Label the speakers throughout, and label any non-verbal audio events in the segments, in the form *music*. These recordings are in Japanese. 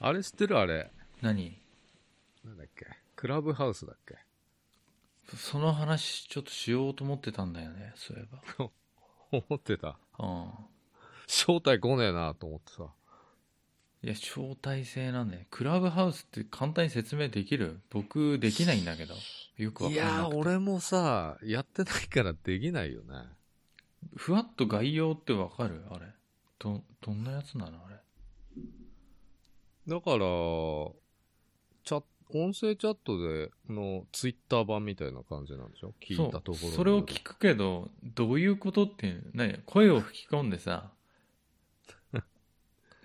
Speaker 1: あれ知ってるあれ。
Speaker 2: 何
Speaker 1: なんだっけ。クラブハウスだっけ。
Speaker 2: その話ちょっとしようと思ってたんだよね、そういえ
Speaker 1: 思ってた。
Speaker 2: ば。うん。
Speaker 1: 正体来ねえなと思ってさ。
Speaker 2: いや、招待制なんだよ。クラブハウスって簡単に説明できる僕、できないんだけど。よくわ
Speaker 1: い
Speaker 2: かんない。
Speaker 1: やー、俺もさ、やってないからできないよね。
Speaker 2: ふわっと概要ってわかるあれ。ど、どんなやつなのあれ。
Speaker 1: だから、チャッ音声チャットで、の、ツイッター版みたいな感じなんでしょ聞いたところ
Speaker 2: そ
Speaker 1: によ
Speaker 2: う
Speaker 1: る
Speaker 2: それを聞くけどどういうことっていう何声を吹き込んでさ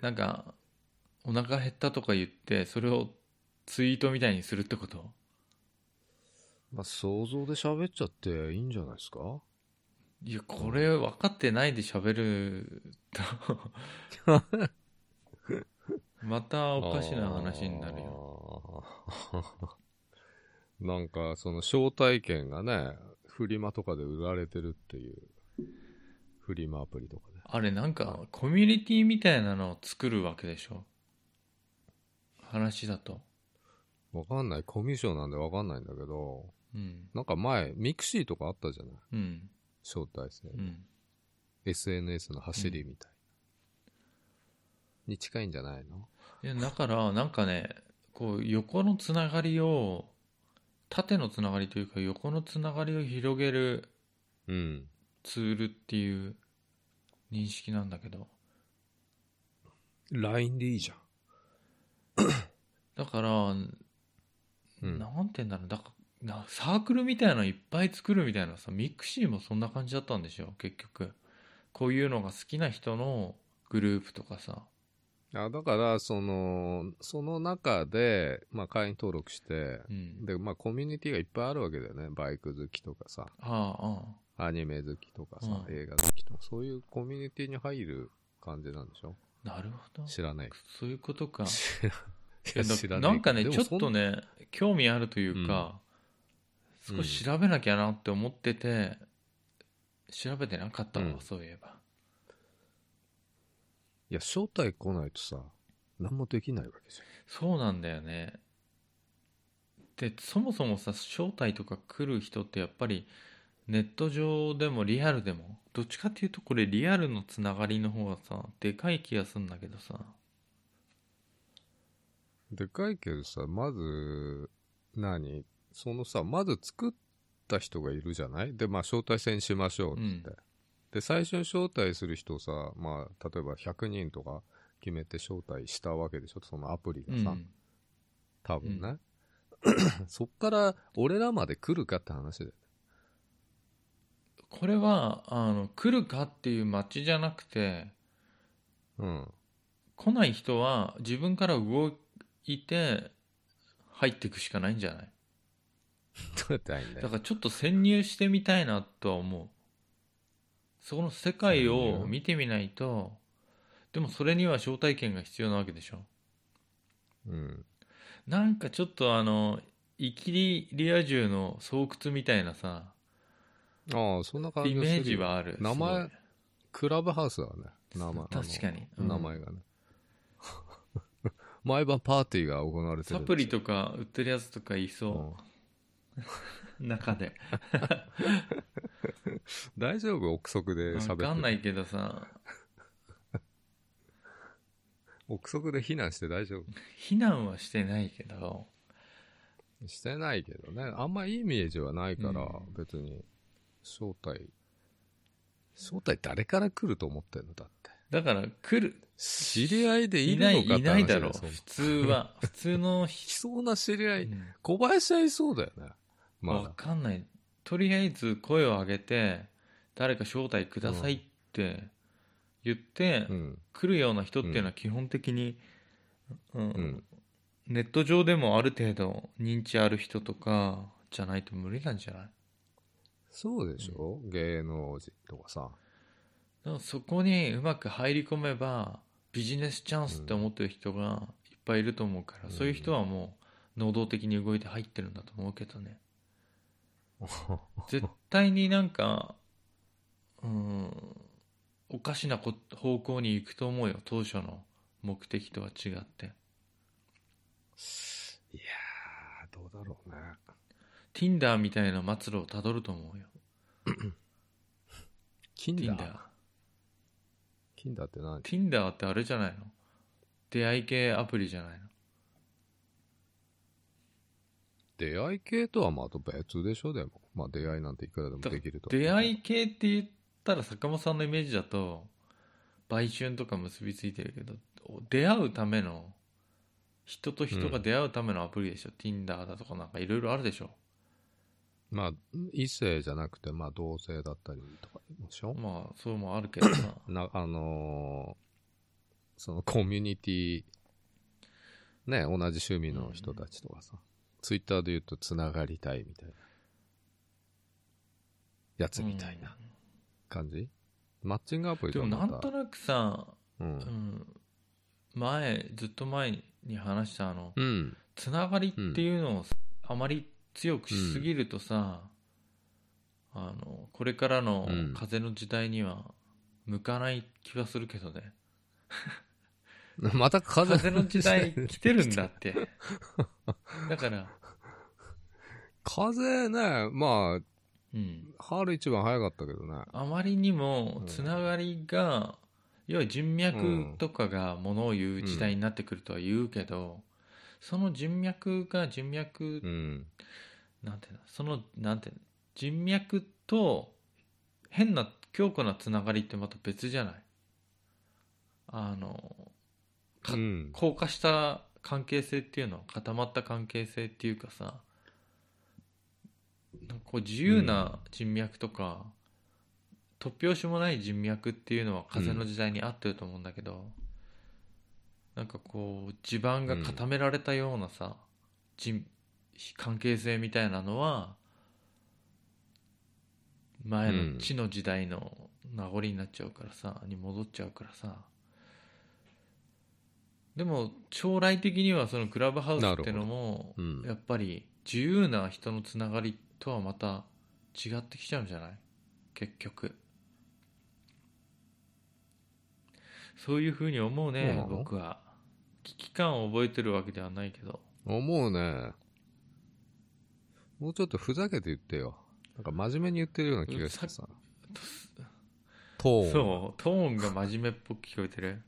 Speaker 2: なんかお腹減ったとか言ってそれをツイートみたいにするってこと
Speaker 1: まあ、想像で喋っちゃっていいんじゃないですか
Speaker 2: いやこれ分かってないで喋るとまたおかしな話になるよ
Speaker 1: よ。 *laughs* なんか、その招待券がね、フリマとかで売られてるっていう、フリマアプリとかで。
Speaker 2: あれなんかコミュニティみたいなのを作るわけでしょ話だと
Speaker 1: わかんない、コミュ障なんでわかんないんだけど、
Speaker 2: うん
Speaker 1: なんか前、ミクシーとかあったじゃない
Speaker 2: うん
Speaker 1: 招待制。
Speaker 2: うん
Speaker 1: SNS の走りみたいな。に近いんじゃないの
Speaker 2: いやだからなんかねこう横のつながりを縦のつながりというか横のつながりを広げる
Speaker 1: うん。
Speaker 2: ツールっていう認識なんだけど
Speaker 1: LINE でいいじゃん。
Speaker 2: だから、
Speaker 1: うん
Speaker 2: なんて言うんだろうだからなサークルみたいなのいっぱい作るみたいなさミクシーもそんな感じだったんでしょ結局こういうのが好きな人のグループとかさ
Speaker 1: あだから、その、その中で、まあ、会員登録して、
Speaker 2: うん
Speaker 1: で、まあ、コミュニティがいっぱいあるわけだよね。バイク好きとかさ、
Speaker 2: ああああ
Speaker 1: アニメ好きとかさ、
Speaker 2: うん
Speaker 1: 映画好きとか、そういうコミュニティに入る感じなんでしょ
Speaker 2: なるほど
Speaker 1: 知らない。
Speaker 2: そういうこと
Speaker 1: *laughs*
Speaker 2: か
Speaker 1: 知ら
Speaker 2: いや
Speaker 1: いや
Speaker 2: だ
Speaker 1: 知ら
Speaker 2: なんかね
Speaker 1: でも
Speaker 2: ちょっと
Speaker 1: そん
Speaker 2: ね興味あるというか、
Speaker 1: うん
Speaker 2: 少し調べなきゃなって思ってて、調べてなかったわ、
Speaker 1: うん
Speaker 2: そういえば
Speaker 1: いや、招待来ないとさ、何もできないわけじ
Speaker 2: そうなんだよねでそもそもさ招待とか来る人ってやっぱりネット上でもリアルでもどっちかっていうとこれリアルのつながりの方がさでかい気がするんだけどさ
Speaker 1: ゃん。でかいけどさ、まず、何そのさ、まず作った人がいるじゃないで、まあ、招待制にしましょうっつって。
Speaker 2: うん
Speaker 1: で、最初に招待する人をさ、まあ、例えば100人とか決めて招待したわけでしょそのアプリが
Speaker 2: う
Speaker 1: さ。
Speaker 2: ん
Speaker 1: 多分ね、 *coughs* そっから俺らまで来るかって話で
Speaker 2: これはあの来るかっていう街じゃなくて
Speaker 1: うん
Speaker 2: 来ない人は自分から動いて入っていくしかないんじゃない
Speaker 1: どうやって入んだ
Speaker 2: だ
Speaker 1: よ
Speaker 2: からちょっと潜入してみたいなとは思うその世界
Speaker 1: 潜
Speaker 2: を
Speaker 1: 入
Speaker 2: 見てみないとでもそれには招待券が必要なわけでしょ
Speaker 1: うん
Speaker 2: なんかちょっとあのイキリリア充の巣窟みたいなさ
Speaker 1: ああそんな感じ
Speaker 2: イ
Speaker 1: がする
Speaker 2: メージはある
Speaker 1: 名前
Speaker 2: すごい
Speaker 1: クラブハウスだね名前
Speaker 2: 確かに
Speaker 1: あの
Speaker 2: うん
Speaker 1: 名前がね *laughs* 毎晩パーティーが行われてる
Speaker 2: サプリ
Speaker 1: か
Speaker 2: とか売ってるやつとかいそ
Speaker 1: ん、
Speaker 2: う、中で
Speaker 1: 大丈夫憶測で喋
Speaker 2: わ
Speaker 1: って
Speaker 2: かんないけどさ
Speaker 1: 憶測で避難して大丈夫
Speaker 2: 避難はしてないけど
Speaker 1: してないけどねあんまいいイメージはないから、
Speaker 2: うん
Speaker 1: 別に招待招待誰から来ると思ってんのだって
Speaker 2: だから来る
Speaker 1: 知り合いでい
Speaker 2: い
Speaker 1: るの
Speaker 2: な
Speaker 1: か
Speaker 2: い、
Speaker 1: って話
Speaker 2: いないだろう。
Speaker 1: その
Speaker 2: 普通
Speaker 1: *laughs*
Speaker 2: は。普通の
Speaker 1: い
Speaker 2: 人。
Speaker 1: そうな知り合
Speaker 2: う
Speaker 1: い。
Speaker 2: ん
Speaker 1: 小林はいそうだよね。
Speaker 2: わ
Speaker 1: まあ、
Speaker 2: かんない。とりあえず声を上げて、誰か招待くださいって言って、
Speaker 1: うん。
Speaker 2: 来るような人っていうのは基本的に、うん
Speaker 1: うん。
Speaker 2: ネット上でもある程度認知ある人とかじゃないと無理なんじゃないだ
Speaker 1: そうでしょ芸能人とかさ。
Speaker 2: からそこにうまく入り込めば、ビジネスチャンスって思ってる人がいっぱいいると思うから、
Speaker 1: うん
Speaker 2: そういう人はもう能動的に動いて入ってるんだと思うけ
Speaker 1: *laughs*
Speaker 2: どね。絶対になんかうーんおかしなこ方向に行くと思うよ当初の目的とは違って
Speaker 1: いやー、どうだろうね。
Speaker 2: Tinder みたいな末路をたどると思うよ
Speaker 1: キンダー
Speaker 2: Tinder。
Speaker 1: キンダーって何
Speaker 2: Tinder ってあれじゃないの出会い系アプリじゃないの
Speaker 1: 出会い系とはまた別でしょ、でも。まあ出会いなんていくらでもできると。
Speaker 2: 出会い系って言ったら坂本さんのイメージだと売春とか結びついてるけど出会うための人と人が出会うためのアプリでしょ、Tinder だとかなんかいろいろあるでしょ
Speaker 1: まあ、異性じゃなくて、まあ同性だったりとかでしょ。
Speaker 2: まあそうもあるけどさ
Speaker 1: な、あのーそのコミュニティ、ね、同じ趣味の人たちとかさ、ツイッターで言うとつながりたいみたいな、やつみたいな感じ、マッチングアプ
Speaker 2: う
Speaker 1: リ
Speaker 2: んで
Speaker 1: と
Speaker 2: も
Speaker 1: か
Speaker 2: な
Speaker 1: また
Speaker 2: んとなくさ、
Speaker 1: うん
Speaker 2: うん、前ずっと前に話したあの
Speaker 1: うん。
Speaker 2: つながりっていうのをさあまり強くしすぎるとさ、あのこれからの
Speaker 1: うん
Speaker 2: 風の時代には向かない気はするけどね、
Speaker 1: *laughs* また風
Speaker 2: 風の時代来てるんだってだから
Speaker 1: 風ね、まあ、
Speaker 2: うん
Speaker 1: 春一番早かったけどね。
Speaker 2: あまりにもつながりが、要は人脈とかがものを言う時代になってくるとは言うけど、その人脈が人脈
Speaker 1: うん。
Speaker 2: なんていうのそのなんていうの人脈と変な強固なつながりってまた別じゃないあのか
Speaker 1: うん。
Speaker 2: 硬化した関係性っていうの固まった関係性っていうかさなんかこう自由な人脈とか、突拍子もない人脈っていうのは風の時代に合ってると思うんだけど、なんかこう地盤が固められたようなさ、人関係性みたいなのは前
Speaker 1: うん
Speaker 2: の地の時代の名残になっちゃうからさ、に戻っちゃうからさでも将来的にはそのクラブハウスってのも
Speaker 1: うん
Speaker 2: やっぱり自由な人のつながりとはまた違ってきちゃうんじゃない結局そういうふうに思
Speaker 1: そ
Speaker 2: う
Speaker 1: う
Speaker 2: ね
Speaker 1: なの
Speaker 2: 僕は危機感を覚えてるわけではないけど
Speaker 1: 思うね。もうちょっとふざけて言ってよ。なんか真面目に言ってるような気がしてさ。トーン。
Speaker 2: そうトーンが真面目っぽく聞こえてる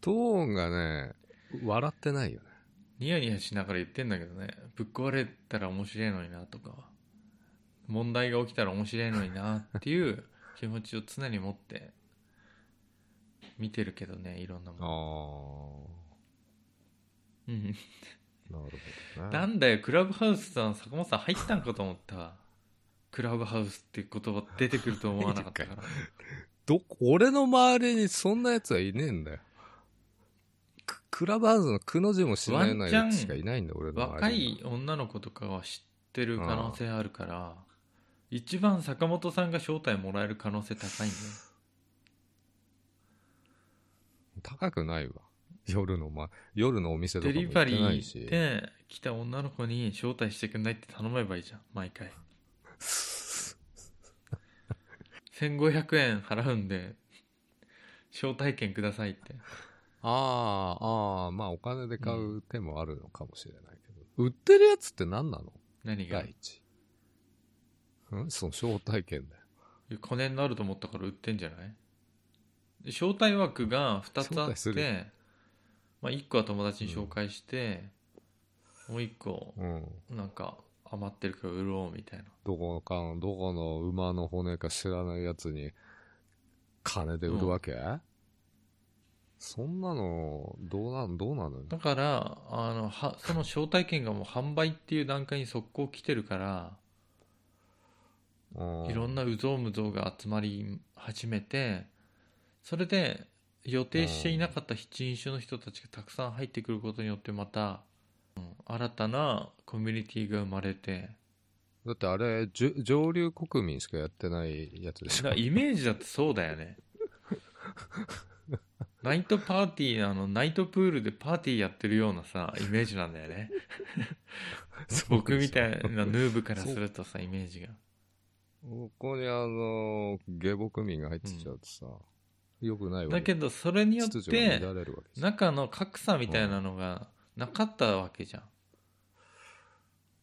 Speaker 1: トーンがね、笑ってないよね。
Speaker 2: ニヤニヤしながら言ってんだけどねぶっ壊れたら面白いのになとか問題が起きたら面白いのになっていう *laughs* 気持ちを常に持って見てるけどねいろんな
Speaker 1: あ
Speaker 2: もの、うん、
Speaker 1: ー、なるほどね。
Speaker 2: なんだよクラブハウスさん坂本さん入ったんかと思ったわクラブハウスっていう言葉出てくると思わな
Speaker 1: *laughs*
Speaker 2: かったから
Speaker 1: ど、俺の周りにそんな奴はいねえんだよ。ククラブハウスのくの字も知らないようなやつしかいないんだよ、俺の周り。
Speaker 2: 若い。女の子とかは知ってる可能性あるから一番坂本さんが招待もらえる可能性高いんだよ
Speaker 1: 高くないわ。夜の、ま、夜のお店とかも
Speaker 2: デリ
Speaker 1: 行っ
Speaker 2: バ
Speaker 1: て
Speaker 2: リ
Speaker 1: ない
Speaker 2: ー
Speaker 1: し。
Speaker 2: で来た女の子に招待してくんないって頼めばいいじゃん毎回1500円払うんで招待券くださいって
Speaker 1: ああ、ああ、まあお金で買う手もあるのかもしれないけど。売ってるやつって何なの
Speaker 2: 何が
Speaker 1: 第一。うんその招待券だよ。
Speaker 2: 金になると思ったから売ってんじゃない招待枠が
Speaker 1: 招
Speaker 2: 2
Speaker 1: 待
Speaker 2: つあ
Speaker 1: す
Speaker 2: って
Speaker 1: る、
Speaker 2: まあ、1個は友達に紹介して、もう1個
Speaker 1: うん。
Speaker 2: なんか余ってるから売ろうみたいな
Speaker 1: どこかの、どこの馬の骨か知らないやつに、金で売るわけ、そんなの、どうなん、どうなのよ。
Speaker 2: だからあのはその招待券がもう販売っていう段階に速攻来てるから
Speaker 1: うん
Speaker 2: いろんなうぞうむぞうが集まり始めてそれで予定していなかった人種の人たちがたくさん入ってくることによってまた、うん新たなコミュニティが生まれて
Speaker 1: だってあれ、じゅ上流国民しかやってないやつでしょ
Speaker 2: だから。イメージだってそうだよね
Speaker 1: *laughs*
Speaker 2: ナイトパーティーあのナイトプールでパーティーやってるようなさイメージなんだよね僕みたいなヌーブからするとさイメージが
Speaker 1: ここにあの、下僕民が入ってきちゃうとさ、良くないわ
Speaker 2: だけどそれによっ
Speaker 1: 秩序が
Speaker 2: て
Speaker 1: 乱れるわけです。
Speaker 2: 中の格差みたいなのがなかったわけじゃん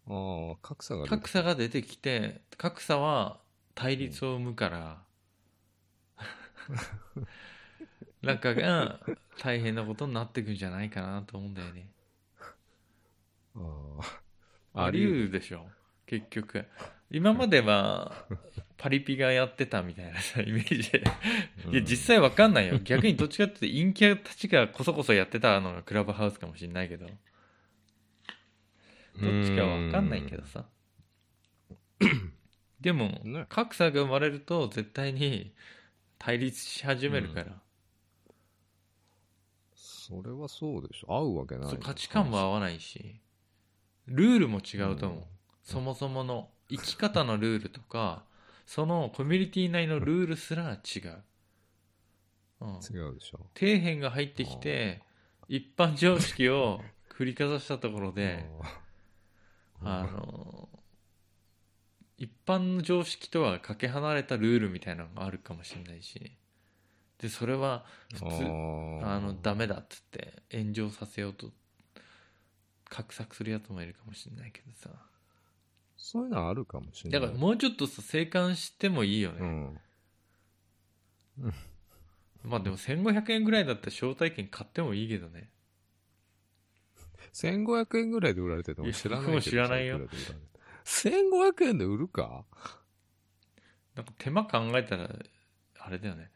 Speaker 1: ああ、格差が出て
Speaker 2: 格差が出てきて格差は対立を生むから、 *laughs* 中が大変なことになってくんじゃないかなと思うんだよね
Speaker 1: あー
Speaker 2: *laughs* あり得るでしょ結局今まではパリピがやってたみたいなさイメージで
Speaker 1: うん
Speaker 2: いや実際わかんないよ逆にどっちかっていうと陰キャたちがこそこそやってたのがクラブハウスかもしれないけどどっちかわかんないけどさでも
Speaker 1: ね
Speaker 2: 格差が生まれると絶対に対立し始めるから、
Speaker 1: それはそうでしょ。合うわけない。
Speaker 2: そう価値観も合わないしルールも違うと思う、
Speaker 1: うん
Speaker 2: そもそもの生き方のルールとかそのコミュニティ内のルールすら違う、うん、
Speaker 1: 違うでしょ。
Speaker 2: 底辺が入ってきて一般常識を振りかざしたところで
Speaker 1: うん
Speaker 2: あの一般の常識とはかけ離れたルールみたいなのがあるかもしれないしでそれは普通あのダメだっつって炎上させようと画策するやつもいるかもしれないけどさ
Speaker 1: そういうのはあるかもしれな
Speaker 2: だ
Speaker 1: い。
Speaker 2: からもうちょっとさ静観してもいいよ
Speaker 1: う
Speaker 2: ね、
Speaker 1: ん。
Speaker 2: まあでも1500円ぐらいだったら招待券買ってもいいけどね
Speaker 1: 1500円ぐらいで売られてても知らないけど。
Speaker 2: いや僕も知らないよ
Speaker 1: いくらで売られて。1500円で売るか
Speaker 2: なんか手間考えたらあれだよね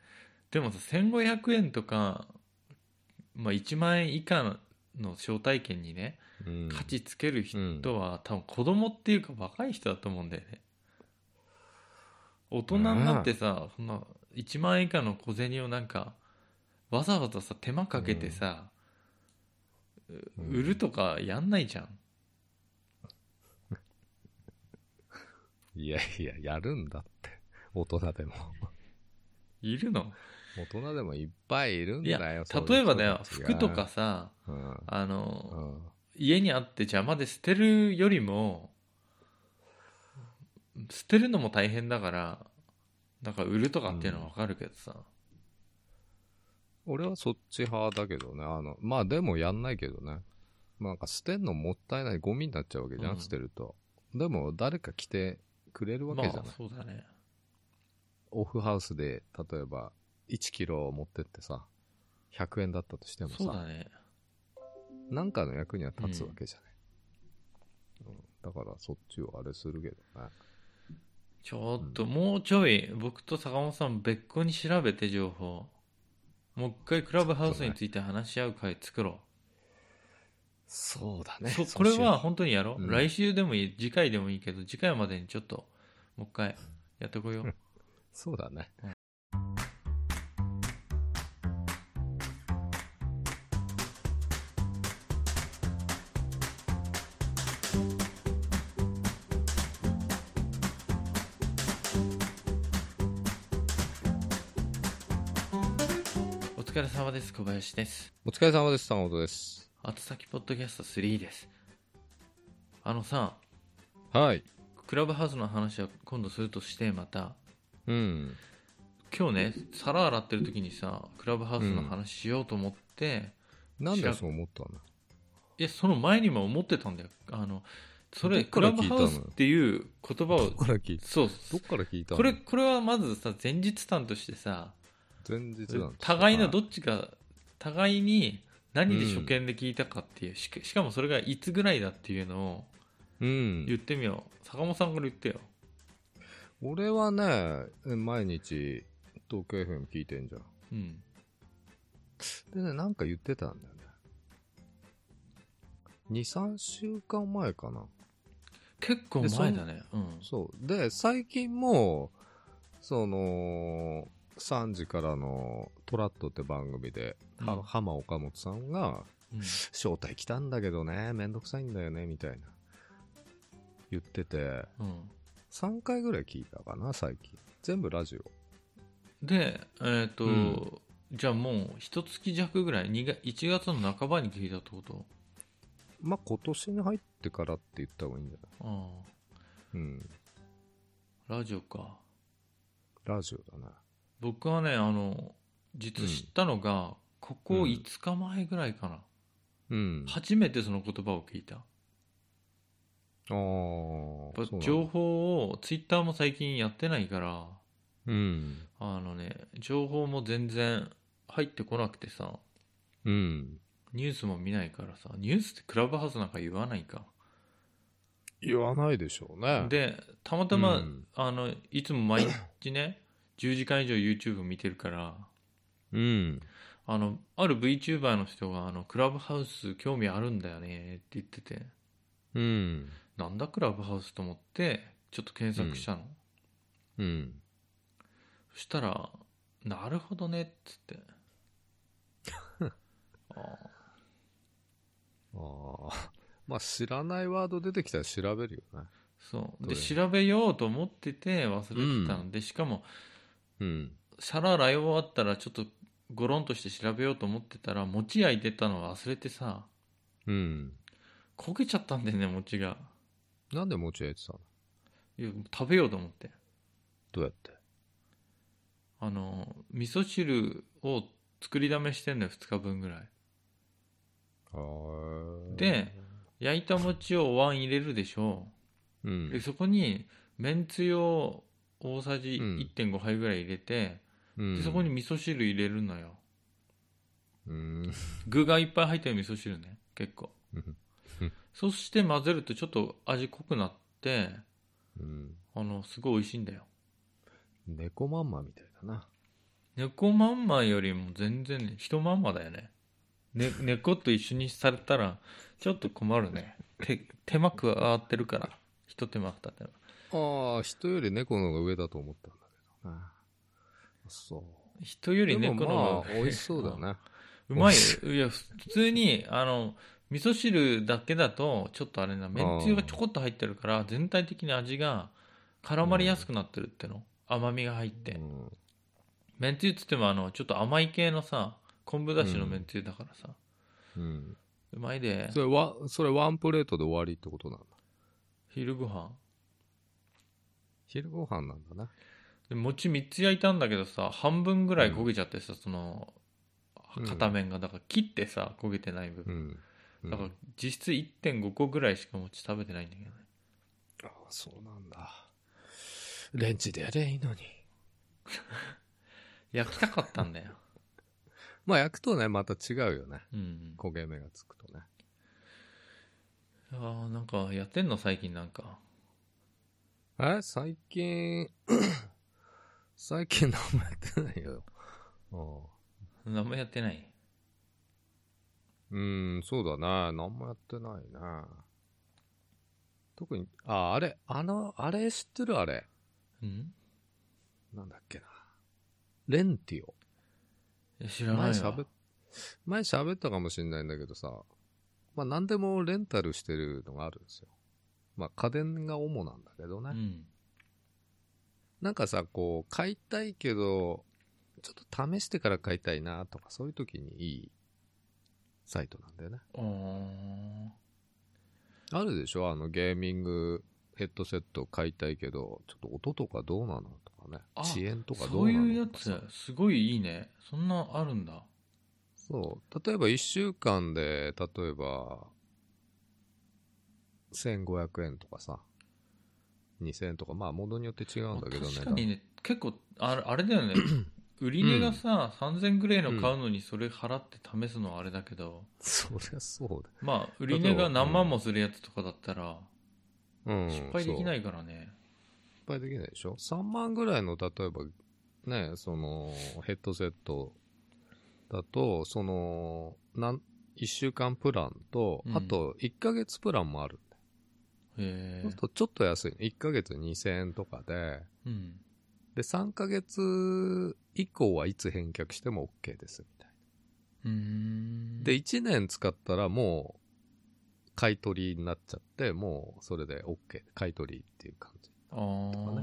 Speaker 2: でもさ1500円とか、まあ、1万円以下の招待券にね
Speaker 1: うん。
Speaker 2: 価値つける人は多分子供っていうか若い人だと思うんだよね大人になってさ、そんな1万円以下の小銭をなんかわざわざさ手間かけてさ、
Speaker 1: うん
Speaker 2: 売るとかやんないじゃん
Speaker 1: いやいや、やるんだって。大人でも。
Speaker 2: いるの
Speaker 1: 大人でもいっぱいいるん
Speaker 2: い
Speaker 1: だ
Speaker 2: や
Speaker 1: よ。そういう人
Speaker 2: 例えばだよ
Speaker 1: たちが
Speaker 2: 服とか。さ
Speaker 1: うん。
Speaker 2: あの、
Speaker 1: うん
Speaker 2: 家にあって邪魔で捨てるよりも捨てるのも大変だからなんか売るとかっていうのは分かるけどさ、
Speaker 1: 俺はそっち派だけどね。あの、まあでもやんないけどね。まあなんか捨てんのもったいないゴミになっちゃうわけじゃん、
Speaker 2: うん
Speaker 1: 捨てると。でも誰か来てくれるわ
Speaker 2: ま
Speaker 1: け
Speaker 2: あ
Speaker 1: じゃない。
Speaker 2: そうだね
Speaker 1: オフハウスで、例えば1キロ持ってってさ、100円だったとしても
Speaker 2: そうだ
Speaker 1: さ、
Speaker 2: ね
Speaker 1: なんかの役には立つわけじゃない。うんだからそっちをあれするけどね。
Speaker 2: ちょっともうちょい僕と坂本さん別個に調べて情報もう一回クラブハウスについて話し合う会作ろ
Speaker 1: そうだ
Speaker 2: う、そこれは、本当にやろう、
Speaker 1: うん
Speaker 2: 来週でもいい次回でもいいけど次回までにちょっともう一回やってこよ *laughs* う
Speaker 1: そうだね。
Speaker 2: お疲れ様です小林です
Speaker 1: お疲れ様です、坂本です。
Speaker 2: 後先ポッドキャスト3ですあのさ
Speaker 1: はい。
Speaker 2: クラブハウスの話は今度するとしてまた
Speaker 1: うん。
Speaker 2: 今日ね皿洗ってる時にさクラブハウスの話しようと思って、
Speaker 1: なんでそう思ったの
Speaker 2: いやその前にも思ってたんだよあのそ
Speaker 1: ど
Speaker 2: れ
Speaker 1: っか
Speaker 2: ク
Speaker 1: ら
Speaker 2: ラ
Speaker 1: 聞い
Speaker 2: ブ
Speaker 1: たの
Speaker 2: ハウスっていう言葉
Speaker 1: ど
Speaker 2: を
Speaker 1: っから聞いた
Speaker 2: そう
Speaker 1: どっから聞いたの
Speaker 2: これこれはまずさ前日談としてさ
Speaker 1: 前日なんですよ
Speaker 2: 互いのどっちが互いに何で初見で聞いたかっていう、しかしかもそれがいつぐらいだっていうのを
Speaker 1: うん
Speaker 2: 言ってみよう坂本さんから言ってよ
Speaker 1: 俺はね毎日東京 FM 聞いてんじゃん
Speaker 2: うん
Speaker 1: でねなんか言ってたんだよね23週間前かな
Speaker 2: 結構前だねうん
Speaker 1: そうで最近もその3時からの「トラット」って番組で、は
Speaker 2: うん
Speaker 1: 浜岡本さんが
Speaker 2: うん
Speaker 1: 「招待来たんだけどねめんどくさいんだよね」みたいな言ってて
Speaker 2: うん
Speaker 1: 3回ぐらい聞いたかな最近全部ラジオ
Speaker 2: でえっ、と、
Speaker 1: うん
Speaker 2: じゃあもう一月弱ぐらいにが1月の半ばに聞いたってこと
Speaker 1: まあ、今年に入ってからって言った方がいいんじゃ
Speaker 2: あ
Speaker 1: ないうん。
Speaker 2: あラジオか
Speaker 1: ラジオだな。
Speaker 2: 僕はねあの実知ったのが、ここ
Speaker 1: うん
Speaker 2: 5日前ぐらいかな、
Speaker 1: うん。
Speaker 2: 初めてその言葉を聞いたや
Speaker 1: あー
Speaker 2: っ
Speaker 1: そ
Speaker 2: ぱ
Speaker 1: うなんだ
Speaker 2: 情報をツイッターも最近やってないから
Speaker 1: うん。
Speaker 2: あのね情報も全然入ってこなくてさ
Speaker 1: うん。
Speaker 2: ニュースも見ないからさニュースってクラブハウスなんか言わないか
Speaker 1: 言わないでしょうね。、
Speaker 2: でたまたま、
Speaker 1: うん
Speaker 2: あのいつも毎
Speaker 1: *coughs*
Speaker 2: 日ね10時間以上 YouTube 見てるから
Speaker 1: うん。
Speaker 2: あのある VTuber の人があの「クラブハウス興味あるんだよね」って言ってて
Speaker 1: うん。
Speaker 2: なんだクラブハウスと思ってちょっと検索したの、
Speaker 1: うん。
Speaker 2: そしたら「なるほどね」っつって
Speaker 1: *laughs*
Speaker 2: ああ
Speaker 1: ああ。 *laughs* まあ、知らないワード出てきたら調べるよね。
Speaker 2: そう
Speaker 1: ど
Speaker 2: で
Speaker 1: れ
Speaker 2: 調べようと思ってて忘れてたので、しかも
Speaker 1: うん。
Speaker 2: 皿洗い終わったらちょっとゴロンとして調べようと思ってたら餅焼いてたの忘れてさ
Speaker 1: うん。
Speaker 2: 焦げちゃったんだよね餅が
Speaker 1: なんで餅焼いてたの
Speaker 2: いや食べようと思って
Speaker 1: どうやって
Speaker 2: あの味噌汁を作りだめしてんのよ2日分ぐらい
Speaker 1: は
Speaker 2: で、焼いた餅をお椀入れるでしょ
Speaker 1: う
Speaker 2: で
Speaker 1: ん。
Speaker 2: そこにめんつゆを大さじ
Speaker 1: うん
Speaker 2: 1.5杯ぐらい入れて、
Speaker 1: うん
Speaker 2: でそこに、味噌汁入れるのよ
Speaker 1: うん。
Speaker 2: 具がいっぱい入ってる味噌汁ね結構
Speaker 1: うん
Speaker 2: そして混ぜるとちょっと味濃くなって
Speaker 1: うん。
Speaker 2: あのすごい美味しいんだよ
Speaker 1: 猫まんまみたいだな。
Speaker 2: 猫まんまよりも全然ね人まんまだよねね *laughs* 猫と一緒にされたらちょっと困るね手手間加わってるから一手間二手間
Speaker 1: ああ、人より猫の方が上だと思ったんだけどな。そう。
Speaker 2: 人より
Speaker 1: で
Speaker 2: 猫の
Speaker 1: もま
Speaker 2: 方が
Speaker 1: あ、美味しそうだ
Speaker 2: *laughs*
Speaker 1: ね。
Speaker 2: うまいよいや普通にあの味噌汁だけだとちょっとあれなめんつゆがちょこっと入ってるから全体的に味が絡まりやすくなってるっての甘みが入って、
Speaker 1: うん
Speaker 2: めんつゆっつってもあのちょっと甘い系のさ昆布だしのめんつゆだからさ、
Speaker 1: うん。
Speaker 2: うまいで
Speaker 1: それは、それワンプレートで終わりってことなんだ。
Speaker 2: 昼ご飯
Speaker 1: 昼ご飯なんだな。
Speaker 2: で餅3つ焼いたんだけどさ半分ぐらい焦げちゃってさ、その
Speaker 1: うん
Speaker 2: 片面がだから切ってさ焦げてない部
Speaker 1: う
Speaker 2: 分、
Speaker 1: ん。うん
Speaker 2: だから実質1.5個ぐらいしか餅食べてないんだけどね
Speaker 1: ああ、そうなんだ。レンチでやりゃいいのに。
Speaker 2: 焼きたかったんだよ
Speaker 1: まあ、焼くとね、また違うよね。
Speaker 2: うん
Speaker 1: 焦げ目がつくとね。
Speaker 2: あーなんかやってんの最近なんか
Speaker 1: え最近、 *coughs* 最近何もやってないよ。ああ
Speaker 2: 何もやってない
Speaker 1: うん、そうだね。何もやってないね。特に、あ、あれ、あの、あれ知ってるあれ。
Speaker 2: うん
Speaker 1: なんだっけな。レンティオ。
Speaker 2: いや知らない
Speaker 1: 前
Speaker 2: わ
Speaker 1: 喋っ、前喋ったかもしれないんだけどさ、まあ何でもレンタルしてるのがあるんですよ。まあ家電が主なんだけどね。
Speaker 2: うん
Speaker 1: なんかさ、こう、買いたいけど、ちょっと試してから買いたいなとか、そういう時にいいサイトなんだよね。
Speaker 2: あー
Speaker 1: あるでしょあのゲーミングヘッドセット買いたいけど、ちょっと音とかどうなのとかね。
Speaker 2: あ
Speaker 1: 遅延とかど
Speaker 2: そうう
Speaker 1: ないの
Speaker 2: うや
Speaker 1: とか
Speaker 2: つ
Speaker 1: さ
Speaker 2: すごいいいねそんなあるんだ
Speaker 1: そう。例えば1週間で、例えば、1500円とかさ、2000円とか、まあ、モードによって違うんだけどね。
Speaker 2: 確かにね結構あれあれ
Speaker 1: *clears throat*
Speaker 2: だよね売り値がさ、3000ぐらいの買うのにそれ払って試すのはあれだけど、
Speaker 1: そりゃそうだ。
Speaker 2: まあ売り値
Speaker 1: だ
Speaker 2: が
Speaker 1: と
Speaker 2: 何万もするやつとかだったら
Speaker 1: うん。。
Speaker 2: 失敗できないいからね、
Speaker 1: 失敗できないでしょ ?3 万ぐらいの、例えば、ね、その、ヘッドセットだと、その、なん、1週間プランと、
Speaker 2: うん
Speaker 1: あと1ヶ月プランもある。
Speaker 2: へえ
Speaker 1: そうするとちょっと安い。1ヶ月2000円とかで、
Speaker 2: うん
Speaker 1: で、3ヶ月以降はいつ返却しても OK です、みたいう
Speaker 2: ーん
Speaker 1: な。で、1年使ったらもう、買い取りになっちゃって、もうそれで OK、買い取りっていう感じ。
Speaker 2: あー
Speaker 1: とか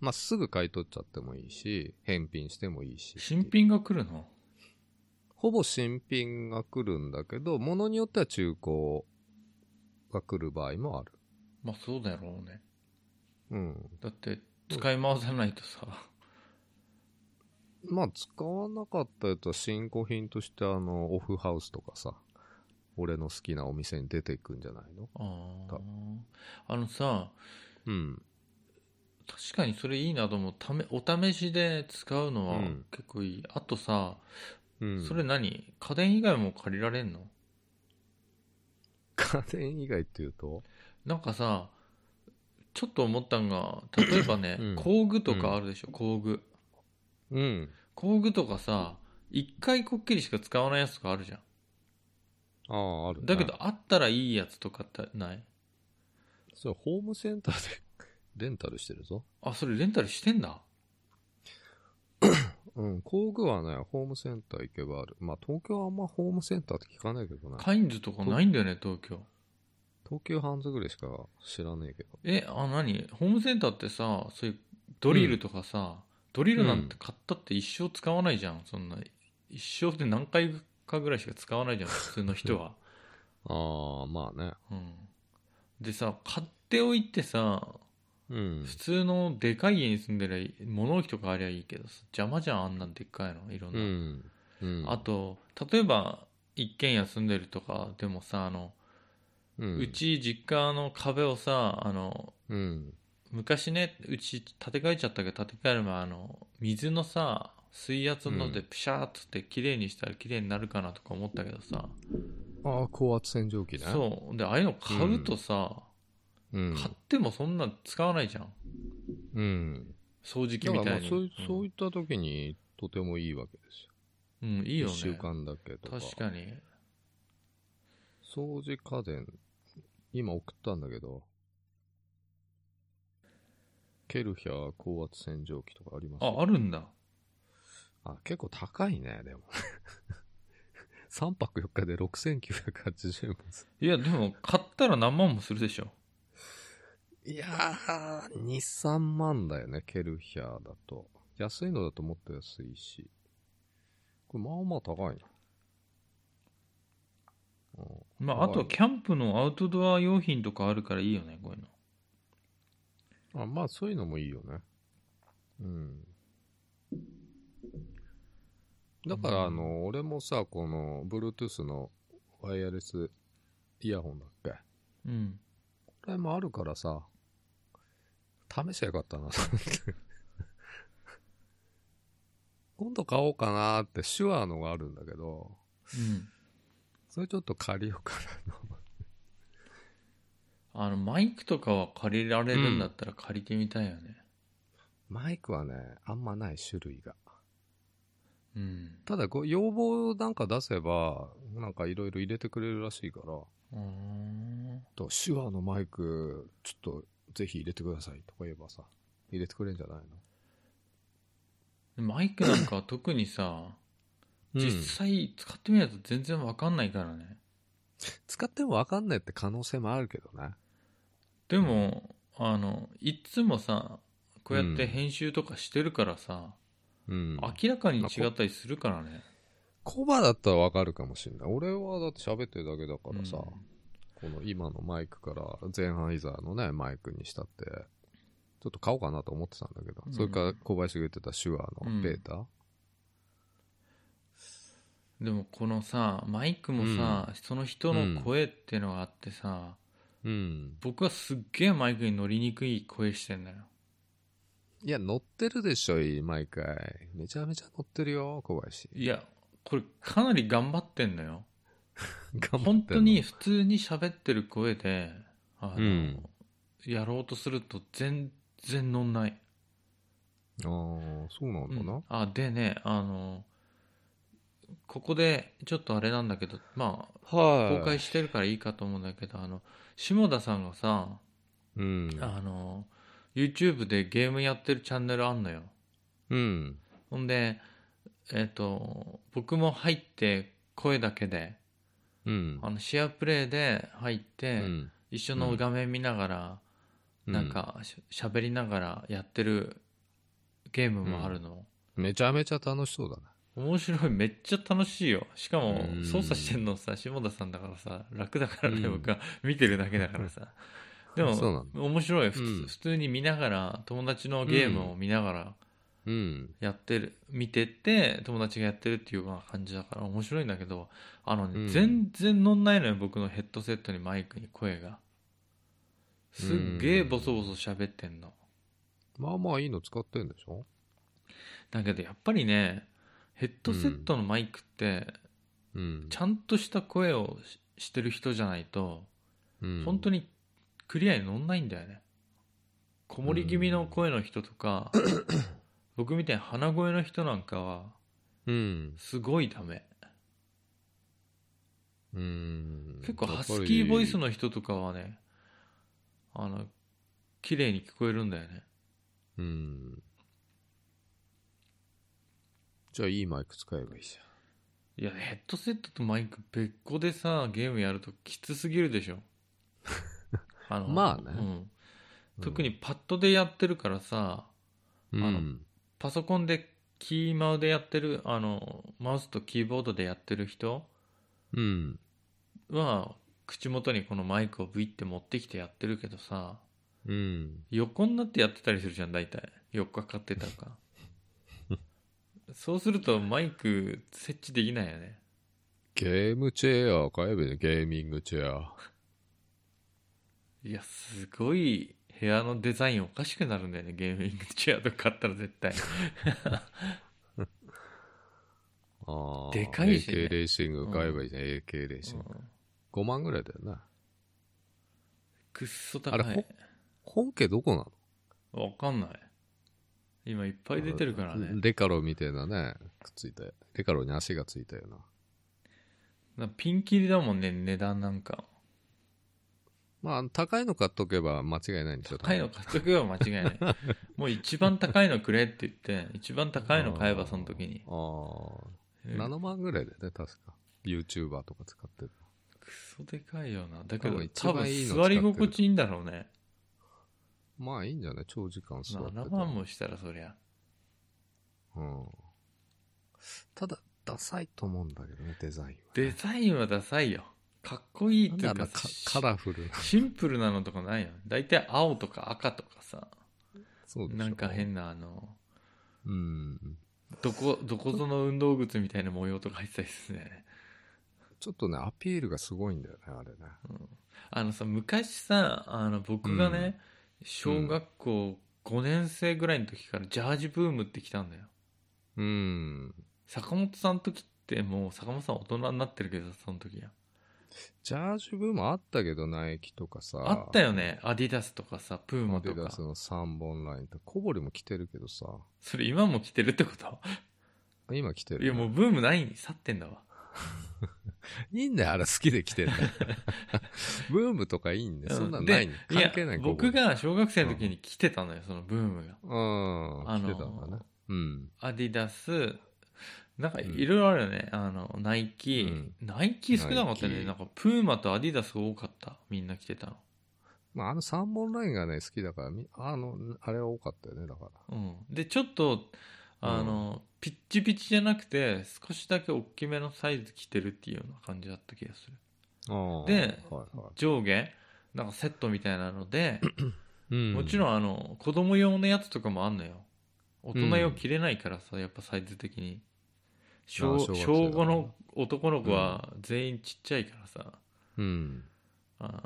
Speaker 1: まあ、すぐ買い取っちゃってもいいし、返品してもいいし。
Speaker 2: 新品が来るの
Speaker 1: ほぼ新品が来るんだけど、ものによっては中古が来る場合もある。
Speaker 2: まあそうだろうね
Speaker 1: うん。
Speaker 2: だって使い回さないとさ、
Speaker 1: まあ、使わなかったやつは新古品として、あの、オフハウスとかさ、俺の好きなお店に出ていくんじゃないの
Speaker 2: ああ
Speaker 1: た
Speaker 2: あのさ
Speaker 1: うん。
Speaker 2: 確かにそれいいなと思うためお試しで使うのは
Speaker 1: うん
Speaker 2: 結構いい、あとさ、
Speaker 1: うん。
Speaker 2: それ何家電以外も借りられんの
Speaker 1: 家電以外っていうと
Speaker 2: なんかさちょっと思ったんが例えばね、
Speaker 1: うん
Speaker 2: 工具とかあるでしょ、工具
Speaker 1: うん。
Speaker 2: 工具とかさ一回こっきりしか使わないやつとかあるじゃん
Speaker 1: ああ、ある、ね。
Speaker 2: だけど、あったらいいやつとかってない
Speaker 1: それホームセンターで *laughs* レンタルしてるぞ。
Speaker 2: あそれレンタルしてんだ
Speaker 1: うん。工具はね、ホームセンター行けばある。まあ、東京はあんまホームセンターって聞かないけどね。
Speaker 2: カインズとかないんだよね東京
Speaker 1: 東急ハンズぐらいしか知らねえけど。
Speaker 2: えあ何ホームセンターってさそういうドリルとかさ、ドリルなんて買ったって一生使わないじゃんそんな一生で何回かぐらいしか使わないじゃん普通の人は、
Speaker 1: ああ、まあね。
Speaker 2: うん、でさ買っておいてさ
Speaker 1: うん。
Speaker 2: 普通のでかい家に住んでる物置とかありゃいいけどさ邪魔じゃんあんなんでっかいのいろん
Speaker 1: う
Speaker 2: な、
Speaker 1: ん。うん。
Speaker 2: あ、と例えば一軒家住んでるとかでもさあの、
Speaker 1: うん、
Speaker 2: う、ち実家の壁をさあの
Speaker 1: うん。
Speaker 2: 昔ねうち建て替えちゃったけど建て替える前あの水のさ水圧ので
Speaker 1: う
Speaker 2: プシャーっつって綺麗にしたら綺麗になるかなとか思ったけどさ、
Speaker 1: ああ、高圧洗浄機ね。
Speaker 2: そうでああいうの買うとさ、
Speaker 1: う。うん。
Speaker 2: 買ってもそんな使わないじゃん
Speaker 1: うん。
Speaker 2: 掃除機
Speaker 1: だか
Speaker 2: み
Speaker 1: らま
Speaker 2: たい
Speaker 1: あ
Speaker 2: に
Speaker 1: そうい、そういった時にとてもいいわけですよ。
Speaker 2: うん、うんいい
Speaker 1: い
Speaker 2: よね
Speaker 1: 1週間だけとか。
Speaker 2: 確かに
Speaker 1: 掃除家電、今送ったんだけど、ケルヒャー高圧洗浄機とかあります
Speaker 2: ああるんだ
Speaker 1: あ結構高いね、でも。3泊4日で6980円です。
Speaker 2: いやでも買ったら何万もするでしょ
Speaker 1: いやー、2、3万だよね、ケルヒャーだと。安いのだともっと安いし。これ、まあまあ高いな。うん
Speaker 2: まああと
Speaker 1: 高い
Speaker 2: キャンプのアウトドア用品とかあるからいいよねこういうの
Speaker 1: あまあ、そういうのもいいよね。うん。だか
Speaker 2: う
Speaker 1: ら、
Speaker 2: ん
Speaker 1: あの、俺もさ、この、Bluetooth のワイヤレスイヤホンだっけ
Speaker 2: うん
Speaker 1: これもあるからさ、試せばよかったな、 *laughs* と思って。今度買おうかなーって、手話のがあるんだけど、
Speaker 2: うん
Speaker 1: それちょっと借りようかなと。
Speaker 2: あのマイクとかは借りられるんだったら借りてみたいよね
Speaker 1: マイクはね、あんまない種類が。
Speaker 2: うん、
Speaker 1: ただこう、要望なんか出せば、なんかいろいろ入れてくれるらしいから、
Speaker 2: うーん
Speaker 1: と手話のマイク、ちょっとぜひ入れてくださいとか言えばさ、入れてくれるんじゃないの
Speaker 2: マイクなんかは特にさ、実際使ってみないと全然わかんないからね
Speaker 1: 使ってもわかんないって可能性もあるけどね。
Speaker 2: でも、あのいっつもさこうやっ
Speaker 1: う
Speaker 2: て
Speaker 1: ん
Speaker 2: 編集とかしてるからさ、
Speaker 1: うん。
Speaker 2: 明らかに違ったりするからね、
Speaker 1: コバだったらわかるかもしんない。俺はだって喋ってるだけだからさ、
Speaker 2: うん
Speaker 1: この今のマイクから前半イザーのね、マイクにしたって、ちょっと買おうかなと思ってたんだけど、
Speaker 2: うん
Speaker 1: それから小林が言ってた手話のベータ、
Speaker 2: でもこのさマイクもさ、その人の声っていうのがあってさ、
Speaker 1: うん、
Speaker 2: 僕はすっげえマイクに乗りにくい声してんだよ
Speaker 1: いや、乗ってるでしょ、毎回。めちゃめちゃ乗ってるよ、小林。
Speaker 2: いやこれかなり頑張ってんのよ
Speaker 1: 頑張
Speaker 2: 本
Speaker 1: ってんの
Speaker 2: 当に。普通に喋ってる声であの、
Speaker 1: うん
Speaker 2: やろうとすると全然乗んない、
Speaker 1: ああ、そうなんだな。
Speaker 2: うんあでねあのここでちょっとあれなんだけどまあ
Speaker 1: はい。
Speaker 2: 公開してるからいいかと思うんだけどあの下田さんがさ
Speaker 1: うん。
Speaker 2: あの YouTube でゲームやってるチャンネルあんのよ
Speaker 1: うん。
Speaker 2: ほんでえっ、と僕も入って声だけで
Speaker 1: うん。
Speaker 2: あのシェアプレイで入っ
Speaker 1: う
Speaker 2: て、
Speaker 1: ん
Speaker 2: 一緒の画面見ながら、なん、かししゃべりながらやってるゲームもあるの、
Speaker 1: うんめちゃめちゃ楽しそうだね。
Speaker 2: 面白いめっちゃ楽しいよしかも
Speaker 1: うん
Speaker 2: 操作してんのさ下田さんだからさ楽だからね、
Speaker 1: うん
Speaker 2: 僕は見てるだけだから
Speaker 1: *laughs*
Speaker 2: さで
Speaker 1: そう
Speaker 2: も
Speaker 1: なん
Speaker 2: 面白い普通,、
Speaker 1: うん
Speaker 2: 普通に見ながら友達のゲームを見ながら
Speaker 1: うん。
Speaker 2: やってる見てて友達がやってるっていうような感じだから面白いんだけどあのね、
Speaker 1: うん
Speaker 2: 全然乗んないのよ僕のヘッドセットにマイクに声がすっげえボソボソ喋ってんの
Speaker 1: まあまあいいの使ってんでしょ
Speaker 2: だけどやっぱりねヘッドセットのマイクって
Speaker 1: うん
Speaker 2: ち。ゃんとした声をししてる人じゃないと本当
Speaker 1: に。
Speaker 2: にクリアに乗んないんだよねこもり気味の声の人
Speaker 1: *coughs*
Speaker 2: とか僕みたいに鼻声の人なんかは
Speaker 1: うん。
Speaker 2: すごいダメ
Speaker 1: うん。
Speaker 2: 結構ハスキーボイスの人とかはねあの綺麗に聞こえるんだよね
Speaker 1: うん。じゃあいいマイク使えばいいじ
Speaker 2: いやヘッドセットとマイク別個でさゲームやるときつすぎる
Speaker 1: *laughs*
Speaker 2: でしょあの
Speaker 1: まあね
Speaker 2: うん
Speaker 1: ゃん。
Speaker 2: 特にパッドでやってるからさ、
Speaker 1: うん、
Speaker 2: あのパソコンでキーマウでやってるあのマウスとキーボードでやってる人
Speaker 1: うん。
Speaker 2: は口元にこのマイクをブイって持ってきてやってるけどさ
Speaker 1: うん。
Speaker 2: 横になってやってたりするじゃん大体4日かかってたかそうするとマイク設置できないよね
Speaker 1: ゲームチェア買えばいいね、ゲーミングチェア。
Speaker 2: いやすごい部屋のデザインおかしくなるんだよねゲーミングチェアとか買ったら絶対
Speaker 1: あー
Speaker 2: でかいしね
Speaker 1: AK レーシング買えばいいじゃん、AK レーシング。5万ぐらいだよな。
Speaker 2: くっそ
Speaker 1: あ
Speaker 2: 高
Speaker 1: れ
Speaker 2: い
Speaker 1: 本家どこなの
Speaker 2: わかんない今いっぱい出てるからね
Speaker 1: デカロみたいなね、くっついて。デカロに足がついたよな。
Speaker 2: なんかピンキリだもんね値段なんか
Speaker 1: まあ、高いの買っとけば間違いないんですよ。
Speaker 2: 高いの買っとけば間違いない
Speaker 1: *laughs*
Speaker 2: もう一番高いのくれって言って一番高いの買えばその時に
Speaker 1: あー7万ぐらいだよね、確か。YouTuber とか使ってる。
Speaker 2: クソでかいよなだけ
Speaker 1: 多
Speaker 2: ど
Speaker 1: 分一
Speaker 2: 多
Speaker 1: 番
Speaker 2: 分
Speaker 1: いいの
Speaker 2: 座り心地いいんだろうね
Speaker 1: まあいいんじゃない長時間座ってて
Speaker 2: 7万もしたらそりゃ
Speaker 1: うん。ただ、ダサいと思うんだけどね、デザインは。
Speaker 2: デザインはダサいよかっこいいってい
Speaker 1: な
Speaker 2: うん
Speaker 1: だろ
Speaker 2: か
Speaker 1: うかカラフルな。
Speaker 2: シンプルなのとかないよ大体青とか赤とかさ
Speaker 1: そうでしょ
Speaker 2: なんか。変なあの
Speaker 1: うん。
Speaker 2: どこどこぞの運動靴みたいな模様とか入ってたりするんだよね
Speaker 1: ちょっとね、アピールがすごいんだよね、あれね。
Speaker 2: あのさ昔さあの僕がね、小学校5年生ぐらいの時からジャージブームって来たんだよ
Speaker 1: うん。
Speaker 2: 坂本さんの時ってもう坂本さん大人になってるけどその時は
Speaker 1: ジャージブームあったけど、ナイキとかさ。
Speaker 2: あったよねアディダスとかさプーマ
Speaker 1: ア
Speaker 2: と
Speaker 1: ディダ
Speaker 2: か
Speaker 1: スの3本ラインと小堀も着てるけどさ
Speaker 2: それ今も着てるって
Speaker 1: *laughs*
Speaker 2: こと
Speaker 1: 今着てる
Speaker 2: いやもうブームないに去ってんだわ
Speaker 1: いいんだよあれ好きで着てん
Speaker 2: *laughs*
Speaker 1: だよブームとかいいんだよそんなんないの
Speaker 2: いや
Speaker 1: 関係ない
Speaker 2: 僕が小学生の時に着てたのよそのブームが
Speaker 1: 小堀う
Speaker 2: あ
Speaker 1: ん着
Speaker 2: の
Speaker 1: てたんだねうん
Speaker 2: アディダスなんかいろいろあるよね、あのナイキ、
Speaker 1: うん
Speaker 2: ナイキ少なかった
Speaker 1: ナイ
Speaker 2: ね
Speaker 1: キ
Speaker 2: なんかプーマとアディダスが多かったみんな着てたの
Speaker 1: まああの3本ラインがね好きだからみあのあれは多かったよねだから
Speaker 2: うん、でちょっとあの、ピッチピチじゃなくて少しだけ大きめのサイズ着てるっていうような感じだった気がする
Speaker 1: ああ
Speaker 2: で
Speaker 1: はいは
Speaker 2: 上下なんかセットみたいなので、
Speaker 1: いうん、
Speaker 2: もちろんあの子供用のやつとかもあんのよ大人用着れないからさ、やっぱサイズ的に小
Speaker 1: 小学生だから
Speaker 2: 小5の男の子は全員ちっちゃいからさ、
Speaker 1: うん
Speaker 2: あ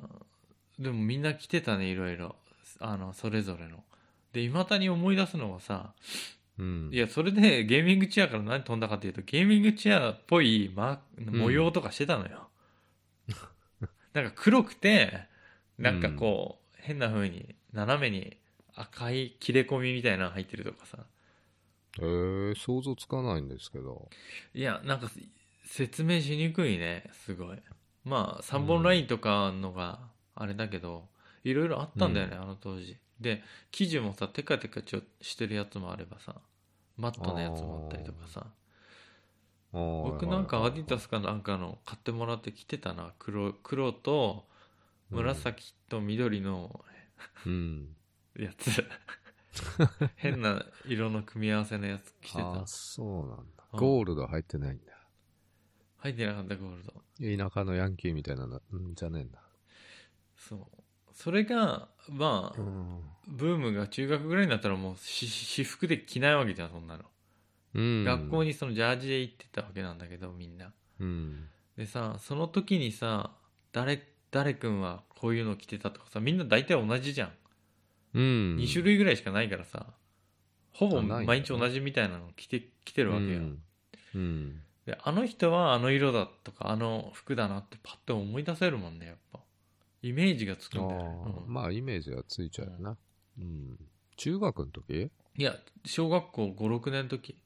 Speaker 2: ーでもみんな着てたねいろいろあのそれぞれのでいまだに思い出すのはさ
Speaker 1: うん
Speaker 2: いや、それでゲーミングチェアから何飛んだかっていうと、ゲーミングチェアっぽいマーク模様とかしてたの *laughs* よ。なんか黒くて、なんかこう、変な風に、斜めに赤い切れ込みみたいなの入ってるとかさ。
Speaker 1: えー、想像つかないんですけど
Speaker 2: いや、なんか説明しにくいね、すごい。まあ、3本ラインとかのがあれだけど、いろいろあったんだよね、あの当時。で、生地もさ、テカテカちょしてるやつもあればさ、マットなやつもあったりとかさ。僕
Speaker 1: 僕
Speaker 2: なんかアディダ
Speaker 1: ス
Speaker 2: スかなんかの買ってもらって着てたな黒黒と紫と緑の
Speaker 1: うん
Speaker 2: やつ、
Speaker 1: *laughs*
Speaker 2: 変な色の組み合わせのやつ着て
Speaker 1: あ
Speaker 2: た
Speaker 1: あそうなんだ
Speaker 2: うん
Speaker 1: ゴールド入ってないんだ
Speaker 2: 入ってなかったゴールド
Speaker 1: 田舎のヤンキーみたいなのうんじゃねえんだ
Speaker 2: そうそれがまあ、
Speaker 1: うん。
Speaker 2: ブームが中学ぐらいになったらもうし私服で着ないわけじゃんそんなの、
Speaker 1: うん。
Speaker 2: 学校
Speaker 1: に。
Speaker 2: にそのジャージで行ってたわけなんだけどみんな
Speaker 1: うん。
Speaker 2: でさその時にさ誰誰くんはこういうの着てたとかさみんな大体同じじゃん、
Speaker 1: うん。
Speaker 2: 2種類ぐらいしかないからさほぼ
Speaker 1: あないんだ
Speaker 2: 毎日同じみたいなの着て着てるわけよ、
Speaker 1: うん。うん。
Speaker 2: であの人はあの色だとかあの服だなってパッと思い出せるもんねやっぱイメージがつく
Speaker 1: あ
Speaker 2: んだよね、
Speaker 1: あ、
Speaker 2: うん
Speaker 1: まあ、イメージがついちゃうよな。うん。中学の時
Speaker 2: いや小学校56年の時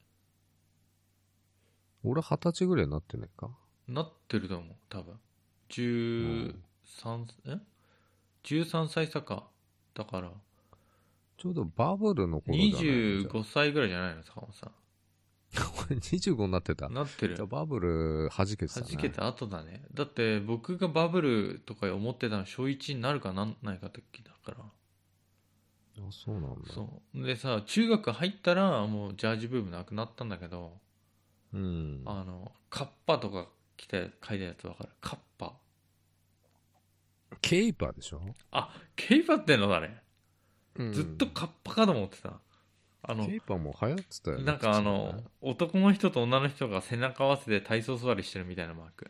Speaker 1: 俺二十歳ぐらいになってないか。
Speaker 2: なってると思う多分
Speaker 1: う
Speaker 2: 13
Speaker 1: ん
Speaker 2: え13歳差かだから
Speaker 1: ちょうどバブルの頃じゃない *laughs*
Speaker 2: 25歳ぐらいじゃないの坂本さ
Speaker 1: 25になってた
Speaker 2: ん。なってる
Speaker 1: じゃあバブル弾けてた
Speaker 2: 弾
Speaker 1: ね。
Speaker 2: けた後だねだって僕がバブルとか思ってたの小1になるかなんないかって時だから
Speaker 1: あ、そうなんだ。
Speaker 2: そうでさ中学入ったらもうジャージブームなくなったんだけど
Speaker 1: うん。
Speaker 2: あのカッパとか着て書いたやつわかるカッパ
Speaker 1: ケイパーでしょ
Speaker 2: あケイパってのだね
Speaker 1: うん
Speaker 2: ずっとカッパかと思ってたあの
Speaker 1: ケイパーも流行ってたよね。
Speaker 2: なんかあの
Speaker 1: 普通にね、
Speaker 2: 男の人と女の人が背中合わせて体操座りしてるみたいなマーク、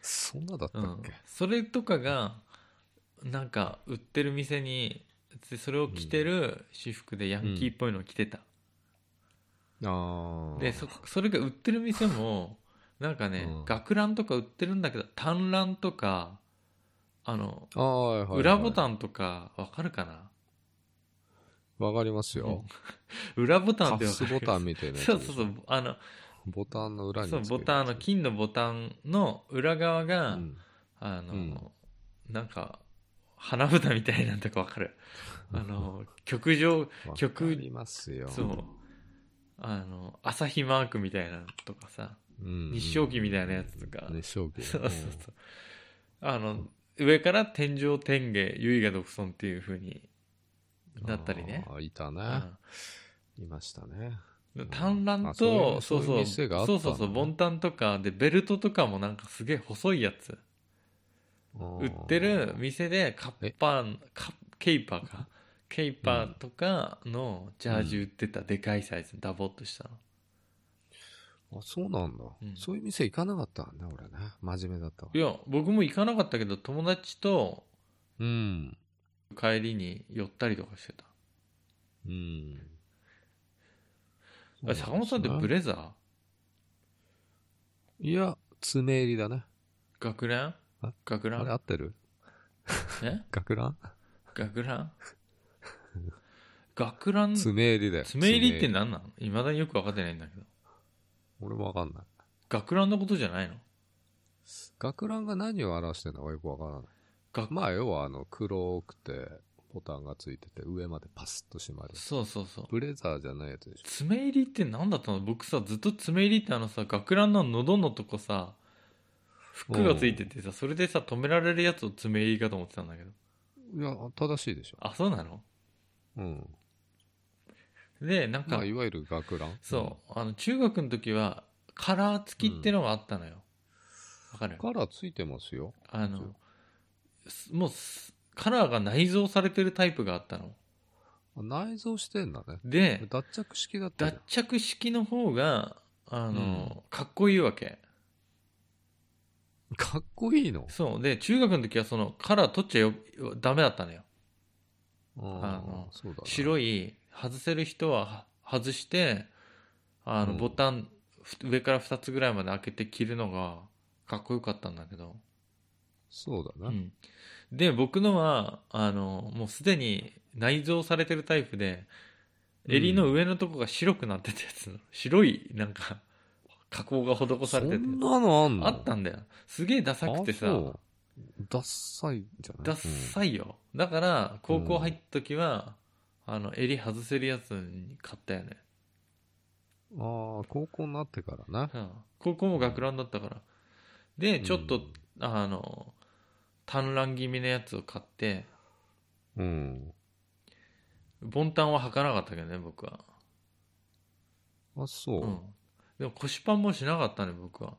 Speaker 1: そんなだった
Speaker 2: う
Speaker 1: っ
Speaker 2: ん
Speaker 1: け、、
Speaker 2: それとかがなんか売ってる店にでそれを着てる私服でヤンキーっぽいのを着てた、
Speaker 1: ああ。
Speaker 2: でそそれが売ってる店もなんかね、
Speaker 1: うん
Speaker 2: 学ランとか売ってるんだけど単ランとかあの
Speaker 1: ああ、はいはい、はい。
Speaker 2: 裏ボタンとかわかるかな、
Speaker 1: わかりますよ。
Speaker 2: 裏ボタン
Speaker 1: カ
Speaker 2: って
Speaker 1: フ
Speaker 2: わか
Speaker 1: ス
Speaker 2: る
Speaker 1: ボタンみたいなやつ
Speaker 2: *laughs* そうそうそうあの
Speaker 1: ボタンの裏につ
Speaker 2: そ
Speaker 1: ける。
Speaker 2: うボタンあの金のボタンの裏側が、
Speaker 1: うん
Speaker 2: あの、
Speaker 1: うん
Speaker 2: なんか花札みたいなんとかわかるあ
Speaker 1: *laughs*
Speaker 2: の曲上曲
Speaker 1: わかりますよ。
Speaker 2: そうあの朝日マークみたいなのとかさ
Speaker 1: うん。
Speaker 2: 日照旗みたいなやつとか
Speaker 1: 日照旗。
Speaker 2: そうそうそうあの上から天井天下唯我独尊っていう風に
Speaker 1: うん
Speaker 2: なったりね
Speaker 1: ああ、いた
Speaker 2: うん
Speaker 1: ね。いましたね。ん
Speaker 2: 単乱
Speaker 1: あそういう
Speaker 2: と、
Speaker 1: そ
Speaker 2: そうう
Speaker 1: いう
Speaker 2: そう、そ
Speaker 1: 店があったんだ
Speaker 2: う
Speaker 1: ね
Speaker 2: そうそう、ボンタンとか、で、ベルトとかもなんかすげえ細いやつ。売ってる店でカッパーカッケイパーかケイパーとかのジャージ売ってたでかいサイズダボっとしたの
Speaker 1: あ、そうなんだ、
Speaker 2: うん
Speaker 1: そういう店行かなかったんだ、俺ね。真面目だったわ
Speaker 2: い。や僕も行かなかったけど友達と
Speaker 1: うん。
Speaker 2: 帰りに寄ったりとかしてた
Speaker 1: うん。
Speaker 2: あ坂本さんってブレザー
Speaker 1: いや、爪入りだね。
Speaker 2: 学ラン
Speaker 1: あ
Speaker 2: 学ラ
Speaker 1: あれ合
Speaker 2: ン
Speaker 1: ってる
Speaker 2: え
Speaker 1: 学ラン
Speaker 2: 学ラ
Speaker 1: *laughs*
Speaker 2: ン学ラン爪
Speaker 1: 爪入りだよ。
Speaker 2: 入りって何なのいまだによく分かってないんだけど
Speaker 1: 俺もわかんない。
Speaker 2: 学ランのことじゃないの
Speaker 1: 学ランが何を表してるのかよくわからない。
Speaker 2: 学
Speaker 1: まあ、要はあの、黒くて、ボタンがついてて、上までパスッと閉まる。
Speaker 2: そうそうそう
Speaker 1: ブレザーじゃないやつでしょ。
Speaker 2: 爪入りって何だったの僕さずっと爪入りってあのさ学ランの喉のとこさフックがついててさそれでさ止められるやつを爪入りかと思ってたんだけど
Speaker 1: いや、正しいでしょ。
Speaker 2: あそうなの
Speaker 1: うん。
Speaker 2: でなんか、
Speaker 1: まあ、いわゆる学ラン。
Speaker 2: そうあの中学の時はカラー付きってのがあったのよわ、か
Speaker 1: う
Speaker 2: る
Speaker 1: ん。カラーついてますよ。
Speaker 2: あのすもうすカラーが内蔵されてるタイプがあったの
Speaker 1: あ内蔵してんだね。
Speaker 2: で
Speaker 1: 脱着式だったじゃん
Speaker 2: 脱着式の方があの、かっこいいわけ
Speaker 1: かっこいいの。
Speaker 2: そうで中学の時はそのカラー取っちゃよダメだったのよあの
Speaker 1: そうだね
Speaker 2: 白い外せる人はは外してあの
Speaker 1: うん
Speaker 2: ボタン、ふ上から2つぐらいまで開けて着るのがかっこよかったんだけど、
Speaker 1: そう
Speaker 2: う
Speaker 1: だね。
Speaker 2: ん、で僕のはあのもうすでに内蔵されてるタイプで
Speaker 1: うん
Speaker 2: 襟の上のとこが白くなってたやつ、白いなんか加工が施
Speaker 1: そ
Speaker 2: されてて
Speaker 1: んなのあんの
Speaker 2: あったんだよすげえダサくて
Speaker 1: あ
Speaker 2: さ
Speaker 1: そうダッサいじゃない
Speaker 2: ダッサいよ、だから高校入った時は、あの襟外せるやつに買ったよね
Speaker 1: うんああ、高校になってからね。
Speaker 2: うん高校も学ランだったから、で
Speaker 1: うん
Speaker 2: ちょっと、あの単乱気味のやつを買って
Speaker 1: うん。
Speaker 2: ボンタンは履かなかったけどね僕は、
Speaker 1: あ、そう
Speaker 2: う。ん、でも腰パンもしなかったね僕は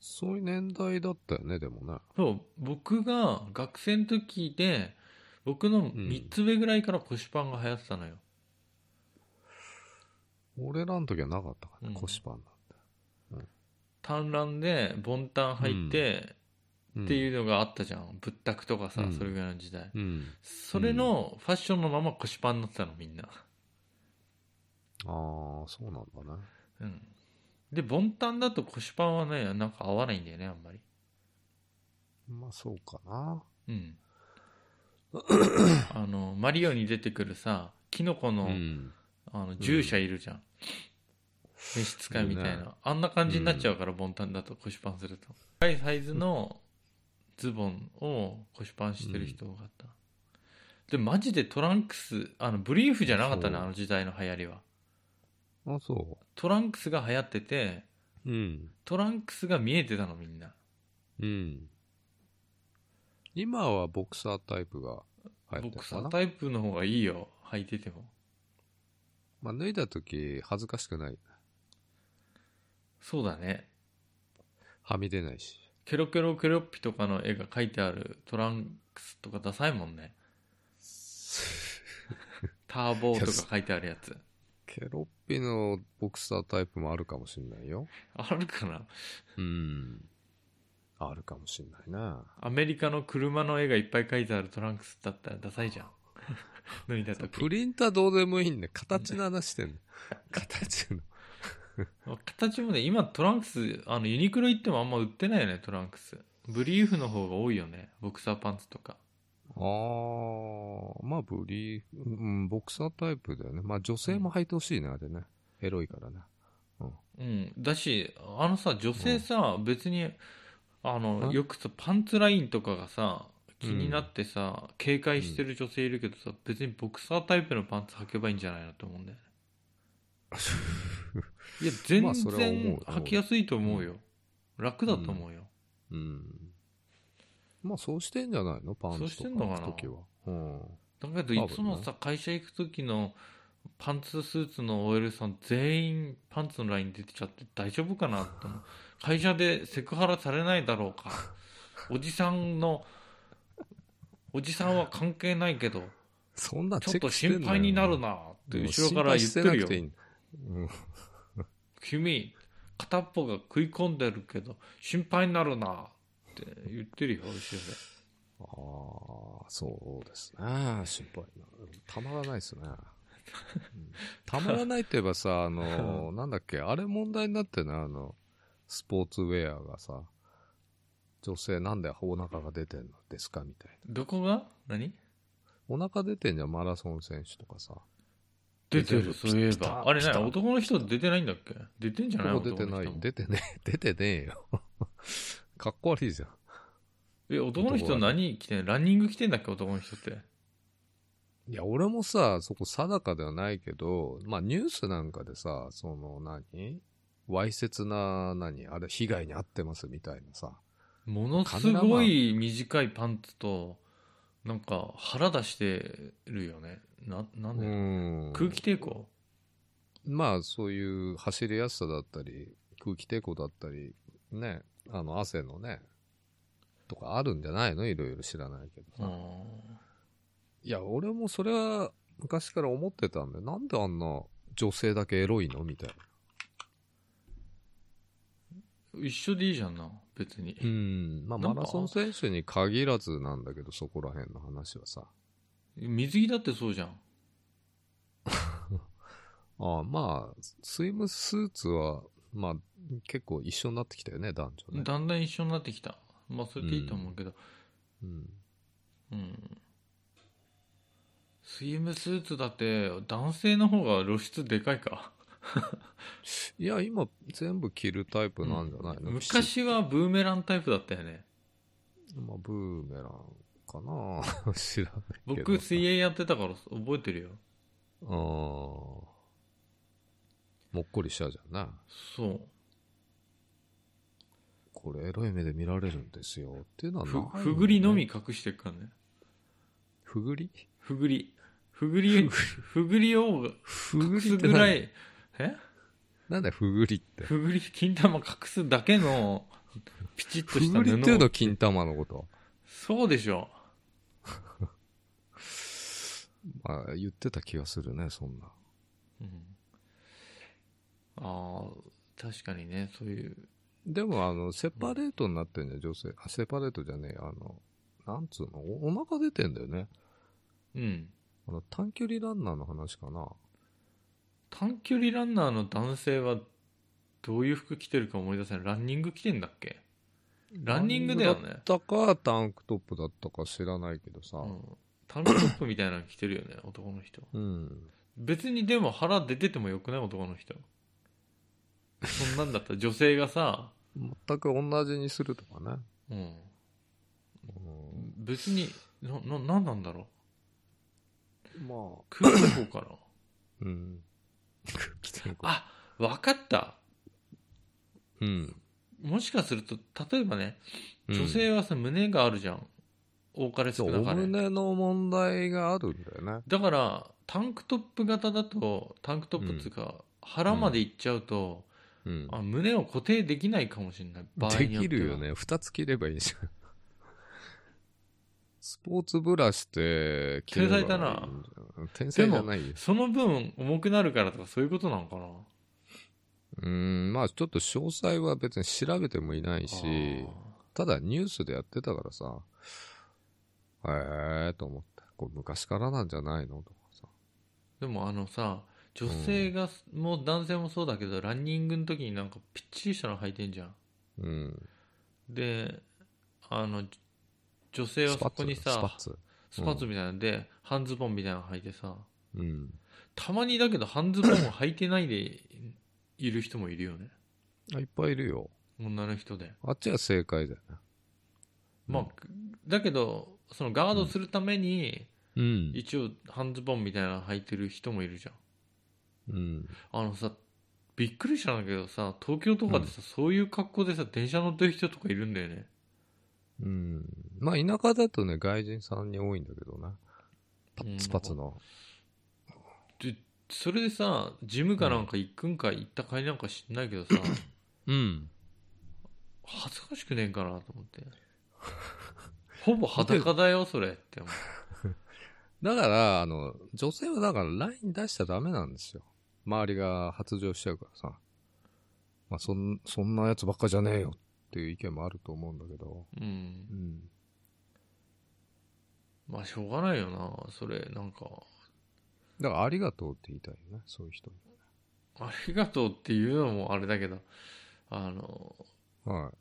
Speaker 1: そういう年代だったよね、でもね。
Speaker 2: そう僕が学生の時で僕の3つ上ぐらいから腰パンが流行ってたのよ、
Speaker 1: 俺らの時はなかったからね、
Speaker 2: うん
Speaker 1: 腰パンなんて。
Speaker 2: 単乱でボンタン履いて
Speaker 1: うん
Speaker 2: っていうのがあったじゃん、ぶったくとかさ、
Speaker 1: うん
Speaker 2: それぐらいの時代
Speaker 1: うん。
Speaker 2: それのファッションのまま腰パンになってたのみんな、
Speaker 1: ああ、そうなんだね。
Speaker 2: うん、でボンタンだと腰パンはねなんか合わないんだよねあんまり
Speaker 1: まあ、そうかな。
Speaker 2: うん
Speaker 1: *laughs*
Speaker 2: あのマリオに出てくるさキノコ
Speaker 1: う
Speaker 2: の,、
Speaker 1: ん。
Speaker 2: あの従者いるじゃん、召使いみたいな、
Speaker 1: いるね
Speaker 2: あんな感じになっちゃうから、ボンタンだと腰パンすると高いサイズのズボンを腰パンしてる人多かった、でマジでトランクスあのブリーフじゃなかったね
Speaker 1: そう
Speaker 2: あの時代の流行りは
Speaker 1: あ、そ
Speaker 2: トランクスが流行ってて
Speaker 1: う。うん。
Speaker 2: トランクスが見えてたのみんな
Speaker 1: うん。今はボクサータイプが入って
Speaker 2: ボ
Speaker 1: る
Speaker 2: ク
Speaker 1: か
Speaker 2: サー
Speaker 1: な。
Speaker 2: タイプの方がいいよ履いてても
Speaker 1: まあ、脱いだ時恥ずかしくない。
Speaker 2: そうだね
Speaker 1: はみ出ないし。
Speaker 2: ケロケロケロッピとかの絵が描いてあるトランクスとかダサいもんねターボーとか書いてあるやつ。
Speaker 1: ケロッピのボクサータイプもあるかもしんないよ。
Speaker 2: *laughs* あるかな
Speaker 1: うん。あるかもしんないな。
Speaker 2: アメリカの車の絵がいっぱい書いてあるトランクスだったらダサいじゃん。 *laughs* 脱いだ時
Speaker 1: プリンターどうでもいいんだよ。形の話 *laughs* してんの。形の。
Speaker 2: 形もね、今トランクス、あのユニクロ行ってもあんま売ってないよね、トランクス。ブリーフの方が多いよね、ボクサーパンツとか。
Speaker 1: ああ、まあブリーフ、うん、ボクサータイプだよね。まあ女性も履いてほしいな、あれね。エロいからね。
Speaker 2: うん。だし、あのさ、女性さ、別に、あの、
Speaker 1: ん
Speaker 2: よくさ、パンツラインとかがさ、気になってさ、警戒してる女性いるけどさ、別にボクサータイプのパンツ履けばいいんじゃないのと
Speaker 1: *laughs*
Speaker 2: 思うんだよね。いや、全
Speaker 1: まあそれは思
Speaker 2: 然
Speaker 1: う
Speaker 2: 履きやすいと思うよ。楽だと思うよ。
Speaker 1: うん。まあそうしてんじゃないのパン
Speaker 2: そう
Speaker 1: ツ
Speaker 2: し
Speaker 1: と
Speaker 2: て
Speaker 1: か
Speaker 2: んのか
Speaker 1: の
Speaker 2: な
Speaker 1: 時は。うん。
Speaker 2: だけど、いつも
Speaker 1: 多分
Speaker 2: さ、会社行く時のパンツスーツの OL さん全員パンツのライン出てちゃって大丈夫かなっ
Speaker 1: *laughs*
Speaker 2: て思う会社でセクハラされないだろうか。おじさんの、おじさんは関係ないけど、
Speaker 1: そんな
Speaker 2: ちょっ
Speaker 1: チェッ
Speaker 2: と
Speaker 1: クしてんの
Speaker 2: 心配になるなって後ろから言ってるよ。
Speaker 1: うん。
Speaker 2: 君、片っぽが食い込んでるけど、心配になるなって言ってるよ、後ろで。
Speaker 1: ああ、そうですね。心配な。たまらないですね。うんたまらないといえばさ、あの、なんだっけ、あれ問題になってな、あの、スポーツウェアがさ、女性なんでお腹が出てんのですかみたい
Speaker 2: どこが何
Speaker 1: な。お腹出てんじゃん、マラソン選手とかさ。
Speaker 2: 出てる、
Speaker 1: 出て
Speaker 2: そ
Speaker 1: る
Speaker 2: ういえ
Speaker 1: ピタ
Speaker 2: ば。あれ
Speaker 1: ピ
Speaker 2: ね、
Speaker 1: タ
Speaker 2: 男の人出てないんだっけ出てんじゃない
Speaker 1: ここ出て
Speaker 2: 男
Speaker 1: な
Speaker 2: の
Speaker 1: い
Speaker 2: 人も。
Speaker 1: 出てねえ、出てねえよ。 *laughs* かっこ悪いじゃん。
Speaker 2: え、男の人何着てんランニング着てんだっけ男の人って。
Speaker 1: いや、俺もさ、そこ定かではないけど、まあニュースなんかでさ、その何わいせつな、何あれ、被害に遭ってますみたいなさ。
Speaker 2: ものすごい短いパンツと、なんか腹出してるよね。な、な
Speaker 1: うん
Speaker 2: で、
Speaker 1: ん。
Speaker 2: 空気抵抗
Speaker 1: まあそういう走りやすさだったり、空気抵抗だったり、ね、あの汗のね、とかあるんじゃないのいろいろ知らないけどさ。
Speaker 2: うん。
Speaker 1: いや、俺もそれは昔から思ってたんだよ。なんであんな女性だけエロいのみたいな。
Speaker 2: 一緒でいいじゃんな、別に。
Speaker 1: うん。まあ
Speaker 2: な
Speaker 1: マ
Speaker 2: んか
Speaker 1: ラソン選手に限らずなんだけど、そこら辺の話はさ。
Speaker 2: 水着だってそうじゃん。
Speaker 1: ああまあ、スイムスーツは、まあ、結構一緒になってきたよね、男女ね。
Speaker 2: だんだん一緒になってきた。まあ、それでいいと思うけど。
Speaker 1: うん。
Speaker 2: うん。スイムスーツだって、男性の方が露出でかいか。
Speaker 1: いや、今、全部着るタイプなんじゃないの、
Speaker 2: 昔はブーメランタイプだったよね。
Speaker 1: ピシッまあ、ブーメランかな *laughs* 知らないけど。
Speaker 2: 僕、水泳やってたから覚えてるよ。
Speaker 1: ああ。もっこりしちゃうじゃんな。
Speaker 2: そう。
Speaker 1: これ、エロい目で見られるんですよ。っていうのはない
Speaker 2: ふ
Speaker 1: よね、
Speaker 2: ふぐりのみ隠してるからね。
Speaker 1: ふぐり。
Speaker 2: ふぐり。ふぐり、ふぐりを
Speaker 1: ふぐ
Speaker 2: 隠
Speaker 1: り
Speaker 2: す
Speaker 1: って
Speaker 2: ぐら
Speaker 1: 何
Speaker 2: い、え
Speaker 1: なんだよ、ふぐりって。
Speaker 2: ふぐり、金玉隠すだけのピチッ
Speaker 1: フ
Speaker 2: とした
Speaker 1: ー
Speaker 2: 布
Speaker 1: リ
Speaker 2: を
Speaker 1: トゥーの金玉のこと。
Speaker 2: そうでしょ
Speaker 1: まあ、言ってた気がするね、そんな。
Speaker 2: う、うん、ああ確かにねそういう
Speaker 1: でも、あの、セパレートになってんじゃん、女性。あセパレートじゃねえや、あの、なんつうの、おお腹出てんだよね。
Speaker 2: うん
Speaker 1: あの、短距離ランナーの話かな。
Speaker 2: 短距離ランナーの男性はどういう服着てるか思い出せないランニング着てんだっけランニングだよ
Speaker 1: ラ
Speaker 2: ね
Speaker 1: ンニングだったか、タンクトップだったか知らないけどさ。
Speaker 2: うんタンクトップみたいなの着てるよね *laughs* 男の人
Speaker 1: うん。
Speaker 2: 別にでも腹出ててもよくない男の人そんなんだったら *laughs* 女性がさ、
Speaker 1: 全く同じにするとかね。
Speaker 2: うん、
Speaker 1: うん
Speaker 2: 別になななんなんだろう
Speaker 1: ま
Speaker 2: 空気の方かな
Speaker 1: あ、うん。来てるか
Speaker 2: *laughs* あ *coughs* わかった
Speaker 1: うん。
Speaker 2: もしかすると例えばね
Speaker 1: うん
Speaker 2: 女性はさ、胸があるじゃん多かれ少
Speaker 1: そう、
Speaker 2: な
Speaker 1: お
Speaker 2: かれ
Speaker 1: 胸の問題があるんだよね。
Speaker 2: だからタンクトップ型だとタンクトップっていうか、腹までいっちゃうと、
Speaker 1: うん。
Speaker 2: あ胸を固定できないかもしれない場合
Speaker 1: で
Speaker 2: によっては
Speaker 1: きるよね。二つ切ればいいじゃん。 *laughs* スポーツブラシって、切ればいいんじゃない天才じゃないよ。
Speaker 2: その分重くなるからとかそういうことなのかな
Speaker 1: うん、まあちょっと詳細は別に調べてもいない
Speaker 2: あー
Speaker 1: し、ただニュースでやってたからさ、へえーと思って、これ昔からなんじゃないのとかさ。
Speaker 2: でもあのさ女性が、もう男性もそうだけどランニングの時になんかぴっちりしたの履いてんじゃん
Speaker 1: うん。
Speaker 2: であの女性はそこにさ
Speaker 1: スパッツ。
Speaker 2: スパッツみたいなんで、半ズボンみたいなの履いてさ
Speaker 1: うん。
Speaker 2: たまにだけど半ズボンを履いてないでいる人もいるよね
Speaker 1: あいっぱいいるよ。
Speaker 2: 女の人で
Speaker 1: あっちは正解だよね。
Speaker 2: まあ、だけどそのガードするために、
Speaker 1: うん。
Speaker 2: 一応半ズボンみたいなの履いてる人もいるじゃん
Speaker 1: うん。
Speaker 2: あのさびっくりしたんだけどさ東京とかでさ、そういう格好でさ電車乗ってる人とかいるんだよね
Speaker 1: うん。まあ、田舎だとね、外人さんに多いんだけどな。パッツパツの。
Speaker 2: でそれでさジムかなんか行くんか行ったかいなんか知んないけどさ
Speaker 1: うん。
Speaker 2: 恥ずかしくねえんかなと思って *laughs* ほぼ裸だよそれって思う
Speaker 1: だから、あの、女性はだからライン出しちゃダメなんですよ。周りが発情しちゃうからさ。まあ、そん、そんなやつばっかじゃねえよっていう意見もあると思うんだけど。
Speaker 2: うん
Speaker 1: うん。
Speaker 2: まあしょうがないよなそれなんか
Speaker 1: だから、ありがとうって言いたいよね、そういう人に。
Speaker 2: ありがとうっていうのもあれだけどあの
Speaker 1: は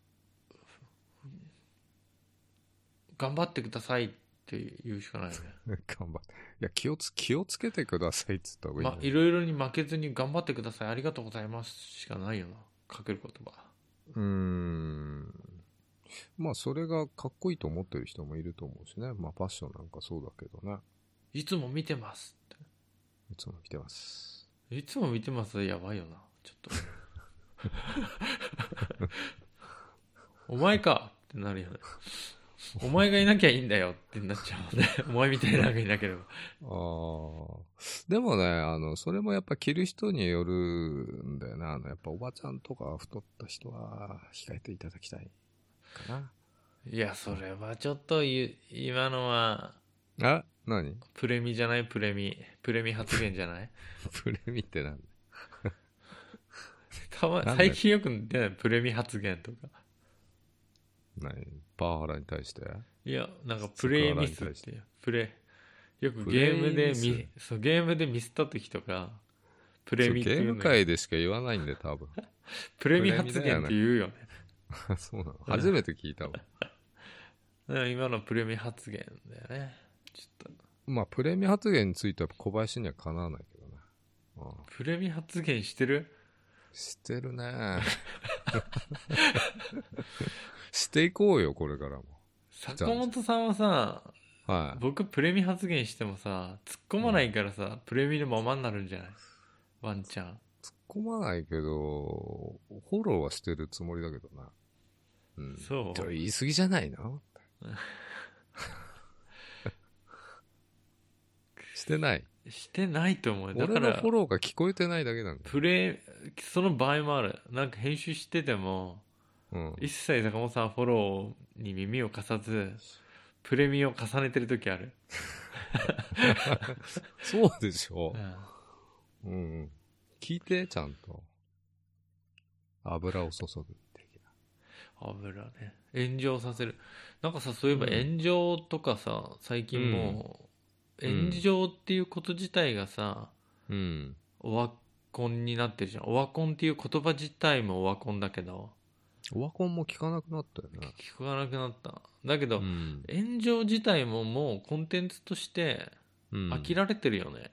Speaker 2: 頑張ってくださいって言うしかないよ
Speaker 1: い。
Speaker 2: ね
Speaker 1: *laughs* 頑張って。いや、気をつ、気をつけてくださいって言った方がいい、
Speaker 2: まあ、いろいろに負けずに頑張ってください。ありがとうございます。しかないよな。かける言葉。
Speaker 1: うーん。まあ、それがかっこいいと思ってる人もいると思うしね。まあ、ファッションなんかそうだけどね。
Speaker 2: いつも見てますっ
Speaker 1: いつも着てます。
Speaker 2: て。いつも見てますやばいよな。ちょっと。お前かってなるよね。お前がいなきゃいいんだよってなっちゃうもんね。お前みたいなのがいなければ。
Speaker 1: ああ。でもね、あの、それもやっぱ着る人によるんだよな。あの、やっぱおばちゃんとか太った人は控えていただきたいか
Speaker 2: いや、それはちょっとゆ、今のは、
Speaker 1: な。あ何
Speaker 2: プレミじゃないプレミ。プレミ発言じゃない
Speaker 1: プレミってなんだ
Speaker 2: たま、
Speaker 1: なんだよ
Speaker 2: 最近よく出ないプレミ発言とか。
Speaker 1: 何パワハラに対して
Speaker 2: いや、なんかプレイミスっ
Speaker 1: セ
Speaker 2: ていう、プレイ、よくゲームで
Speaker 1: プレイミ
Speaker 2: ミ、そう、ゲームでミスった時とか、プレ
Speaker 1: そう
Speaker 2: ミ
Speaker 1: ゲ
Speaker 2: ってい
Speaker 1: ー
Speaker 2: う
Speaker 1: ム
Speaker 2: の
Speaker 1: 界でしか言わないんで、多分。 *laughs*
Speaker 2: プレミ発言って言うよね。
Speaker 1: あそうなの初めて聞いたわ。
Speaker 2: うん今のプレミ発言だよね。ちょっ
Speaker 1: まあ、プレミ発言については小林にはかなわないけどね。うん
Speaker 2: と、プレミ発言してる
Speaker 1: してる
Speaker 2: *laughs*
Speaker 1: ねしていこうよ、これからも。
Speaker 2: 坂本さんはさ、
Speaker 1: はい。
Speaker 2: 僕プレミ発言してもさ、突っ込まないからさ、プレミのままになるんじゃないワンちゃん。
Speaker 1: 突っ込まないけど、フォローはしてるつもりだけどな。うん。
Speaker 2: そう
Speaker 1: ちょ言い過ぎじゃない
Speaker 2: *laughs*
Speaker 1: のしてない。
Speaker 2: してないと思う。だ
Speaker 1: 俺
Speaker 2: か
Speaker 1: の
Speaker 2: ら
Speaker 1: フォ、ローが聞こえてないだけなんだよ。
Speaker 2: プレイ、その場合もある。なんか編集してても、
Speaker 1: うん。
Speaker 2: 一切坂本さんはフォローに耳を貸さずプレミアを重ねてる時ある、
Speaker 1: そうでしょ
Speaker 2: う。ん
Speaker 1: うんうん。聞いて、ちゃんと。油を注ぐ的な。
Speaker 2: 油ね炎上させるなんかさそういえば
Speaker 1: うん
Speaker 2: 炎上とかさ、最近も
Speaker 1: う
Speaker 2: う、
Speaker 1: ん
Speaker 2: 炎上っていうこと自体がさ
Speaker 1: うん。
Speaker 2: オワコンになってるじゃんオワコンっていう言葉自体もオワコンだけど
Speaker 1: オワコンも聞かなくなったよね。
Speaker 2: 聞かなくなっただけど、
Speaker 1: ん。
Speaker 2: 炎上自体ももうコンテンツとして
Speaker 1: うん
Speaker 2: 飽きられてるよね、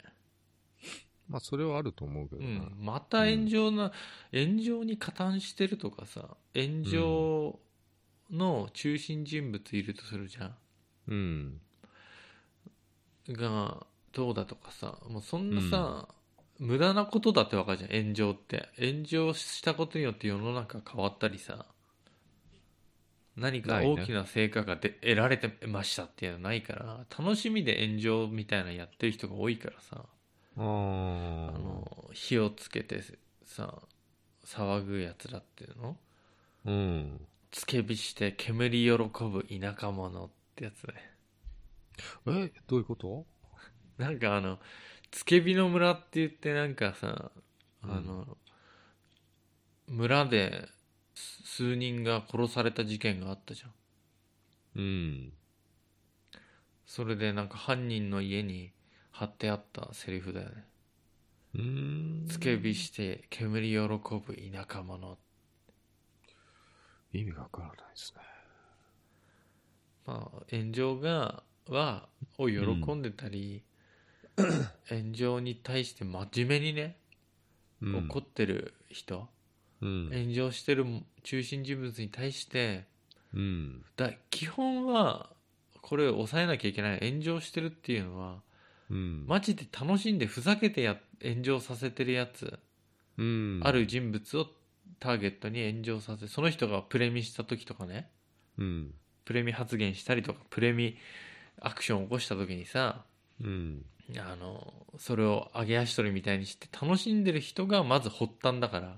Speaker 1: まあ、それはあると思うけど
Speaker 2: う
Speaker 1: ね。
Speaker 2: んまた炎上な、炎上に加担してるとかさ炎上の中心人物いるとするじゃん、
Speaker 1: うん。
Speaker 2: がどうだとかさもうそんなさ、無駄なことだってわかるじゃん炎上って炎上したことによって世の中変わったりさ何か
Speaker 1: ないね
Speaker 2: 大きな成果がで、得られてましたっていうのはないから楽しみで炎上みたいなのやってる人が多いからさ、
Speaker 1: あ
Speaker 2: あの火をつけてさ騒ぐやつらっていうの
Speaker 1: あ。うん。
Speaker 2: つけ火して煙喜ぶ田舎者ってやつね
Speaker 1: え、どういうこと
Speaker 2: なんかあの、つけ火の村って言ってなんかさ、
Speaker 1: うん
Speaker 2: あの、村で数数人が殺された事件があったじゃん。
Speaker 1: うん。
Speaker 2: それでなんか犯人の家に貼ってあったセリフだよね。
Speaker 1: うーん。
Speaker 2: つけ火して煙喜ぶ田舎者。
Speaker 1: 意味がわからないですね。
Speaker 2: まあ、炎上が、は、を喜んでたり、炎上に対して真面目にね、
Speaker 1: うん
Speaker 2: 怒ってる人、
Speaker 1: うん。
Speaker 2: 炎上してる中心人物に対して、
Speaker 1: うん。
Speaker 2: だ基本はこれを抑えなきゃいけない炎上してるっていうのは
Speaker 1: うん。
Speaker 2: マジで楽しんでふざけてや炎上させてるやつ、
Speaker 1: うん。
Speaker 2: あ。る人物をターゲットに炎上させその人がプレミした時とかね
Speaker 1: うん。
Speaker 2: プレミ発言したりとかプレミアクションを起こした時にさ
Speaker 1: うん。
Speaker 2: あのそれを上げ足取りみたいにして楽しんでる人がまず発端だから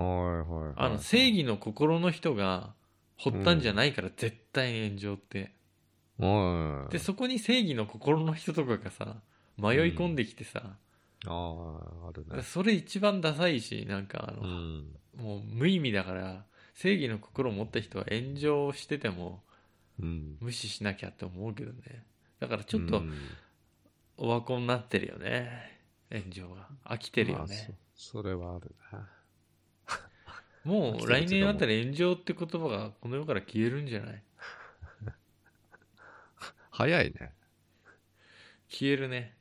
Speaker 1: はいはいはい。
Speaker 2: あの正義の心の人が発端じゃないから絶対に炎上って。
Speaker 1: はい。
Speaker 2: でそこに正義の心の人とかがさ迷い込んできてさ、
Speaker 1: ああ、あるね。
Speaker 2: それ一番ダサいしなんかあ
Speaker 1: う
Speaker 2: の、
Speaker 1: ん。
Speaker 2: もう無意味だから正義の心を持った人は炎上してても
Speaker 1: うん。
Speaker 2: 無視しなきゃって思うけどねだからちょっと
Speaker 1: うん
Speaker 2: オワコンになってるよね炎上が飽きてるよね
Speaker 1: まあ、そそれはあるね。
Speaker 2: も
Speaker 1: 飽きてるけ
Speaker 2: う来
Speaker 1: ど
Speaker 2: 年あたり炎上って言葉がこの世から消えるんじゃない
Speaker 1: 早いね。
Speaker 2: 消えるね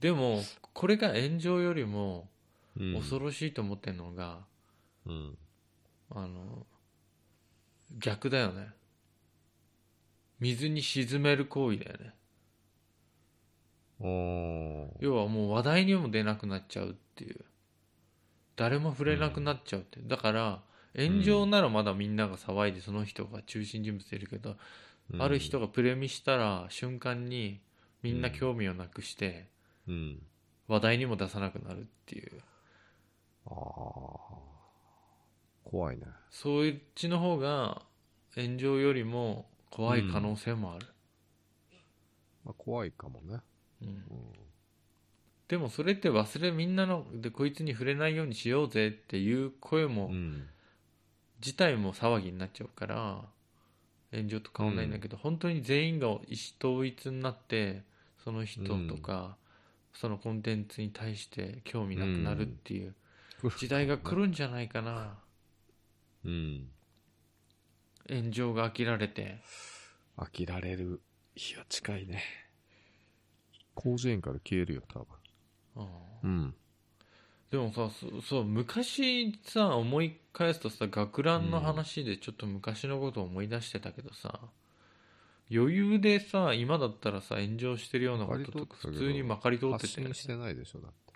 Speaker 2: でもこれが炎上よりも
Speaker 1: うん
Speaker 2: 恐ろしいと思ってるのが、
Speaker 1: うん。
Speaker 2: あの逆だよね水に沈める行為だよね
Speaker 1: おー
Speaker 2: 要はもう話題にも出なくなっちゃうっていう誰も触れなくなっちゃうって、だから炎上ならまだみんなが騒いでその人が中心人物いるけど、ある。人がプレミしたら瞬間にみんな興味をなくして
Speaker 1: うん。
Speaker 2: 話題にも出さなくなるっていう
Speaker 1: ああ。怖いね。
Speaker 2: そっちの方が炎上よりも怖い可能性もある、
Speaker 1: まあ、怖いかもね。
Speaker 2: うん
Speaker 1: うん
Speaker 2: でもそれって忘れみんなのでこいつに触れないようにしようぜっていう声も、
Speaker 1: うん。
Speaker 2: 自体も騒ぎになっちゃうから炎上と変わんないんだけど、本当に全員が意思統一になってその人とか、そのコンテンツに対して興味なくなるっていう時代が来るんじゃないかな、
Speaker 1: うん。
Speaker 2: 炎上が飽きられて
Speaker 1: 飽きられる日は近いね。工事園から消えるよ、多
Speaker 2: うん
Speaker 1: 分。
Speaker 2: でもさそそう昔さ思い返すとさ学ランの話でちょっと昔のことを思い出してたけどさ、余裕でさ今だったらさ炎上してるようなことと
Speaker 1: ま
Speaker 2: か
Speaker 1: かり通ってたけ
Speaker 2: 普
Speaker 1: ど
Speaker 2: 通にまかり通
Speaker 1: うん。
Speaker 2: って
Speaker 1: 発
Speaker 2: て
Speaker 1: 信してないでしょ、だって。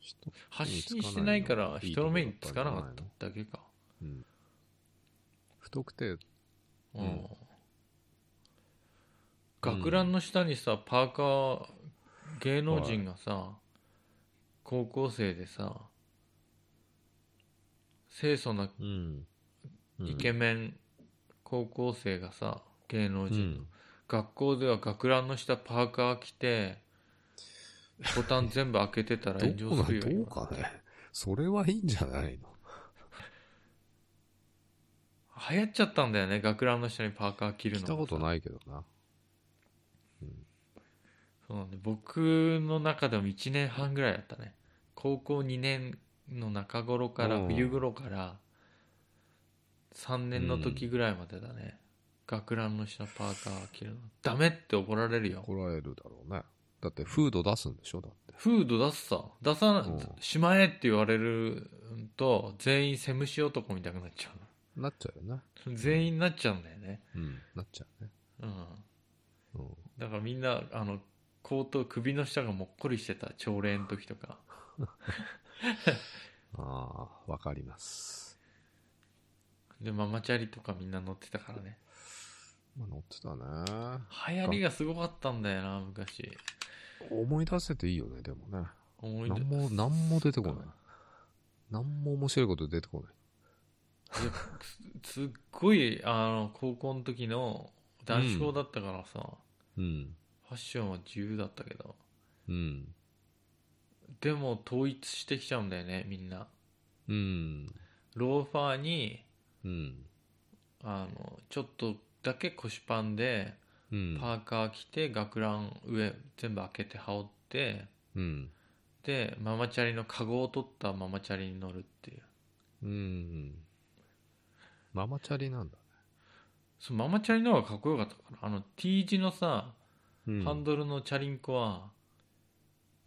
Speaker 1: 人
Speaker 2: 発信してないから人の目につかなかっただけか
Speaker 1: うん。不特定。い
Speaker 2: う
Speaker 1: いとこだったんじゃないの
Speaker 2: ん学ランの下にさパーカー芸能人がさ高校生でさ清楚な
Speaker 1: うん。うん
Speaker 2: イケメン高校生がさ芸能
Speaker 1: う
Speaker 2: 人の、
Speaker 1: ん。
Speaker 2: 学校では学ランの下パーカー着てボタン全部開けてたら炎
Speaker 1: どこ
Speaker 2: 上
Speaker 1: な
Speaker 2: する
Speaker 1: ん、
Speaker 2: よ
Speaker 1: どうかね。それはいいんじゃないの
Speaker 2: 今流行っちゃったんだよね学ランの下にパーカー着るの
Speaker 1: 聞いたこと
Speaker 2: い
Speaker 1: ないけどな。
Speaker 2: そうなんで僕の中でも1年半ぐらいだったね高校2年の中頃から
Speaker 1: うん
Speaker 2: 冬頃から3年の時ぐらいまでだね、学ランの下パーカー着るのダメって怒られるよ
Speaker 1: 怒られるだろうね。だって、フード出すんでしょだって。
Speaker 2: フード出すさ出さな
Speaker 1: うん
Speaker 2: しまえって言われると全員セムシ男みたいになっちゃうの
Speaker 1: なっちゃうよね。
Speaker 2: 全員なっちゃうんだよね、
Speaker 1: うん。なっちゃうね。
Speaker 2: うん、
Speaker 1: うん。
Speaker 2: だからみんなあの口頭首の下がもっこりしてた朝礼の時とか
Speaker 1: ああ、わかります。
Speaker 2: でママチャリとかみんな乗ってたからね
Speaker 1: まあ、乗ってたね。
Speaker 2: 流行りがすごかったんだよな昔
Speaker 1: 思い出せていいよね、でもね。
Speaker 2: 思い
Speaker 1: な
Speaker 2: 出
Speaker 1: んも、なんも出てこない
Speaker 2: いや。
Speaker 1: なんも面白いこと出てこない。
Speaker 2: すすっごいあの高校の時の男子校だったからさ、
Speaker 1: うん。
Speaker 2: ファッションは自由だったけど
Speaker 1: うん。
Speaker 2: でも統一してきちゃうんだよねみんな
Speaker 1: うん。
Speaker 2: ローファーに
Speaker 1: うん。
Speaker 2: あのちょっとだけ腰パンで
Speaker 1: うん。
Speaker 2: パーカー着て学ラン上全部開けて羽織って
Speaker 1: うん。
Speaker 2: でママチャリのカゴを取ったママチャリに乗るっていう
Speaker 1: うん。ママチャリなんだね。
Speaker 2: そうママチャリの方がかっこよかったからあの T 字のさ、
Speaker 1: うん
Speaker 2: ハンドルのチャリンコは、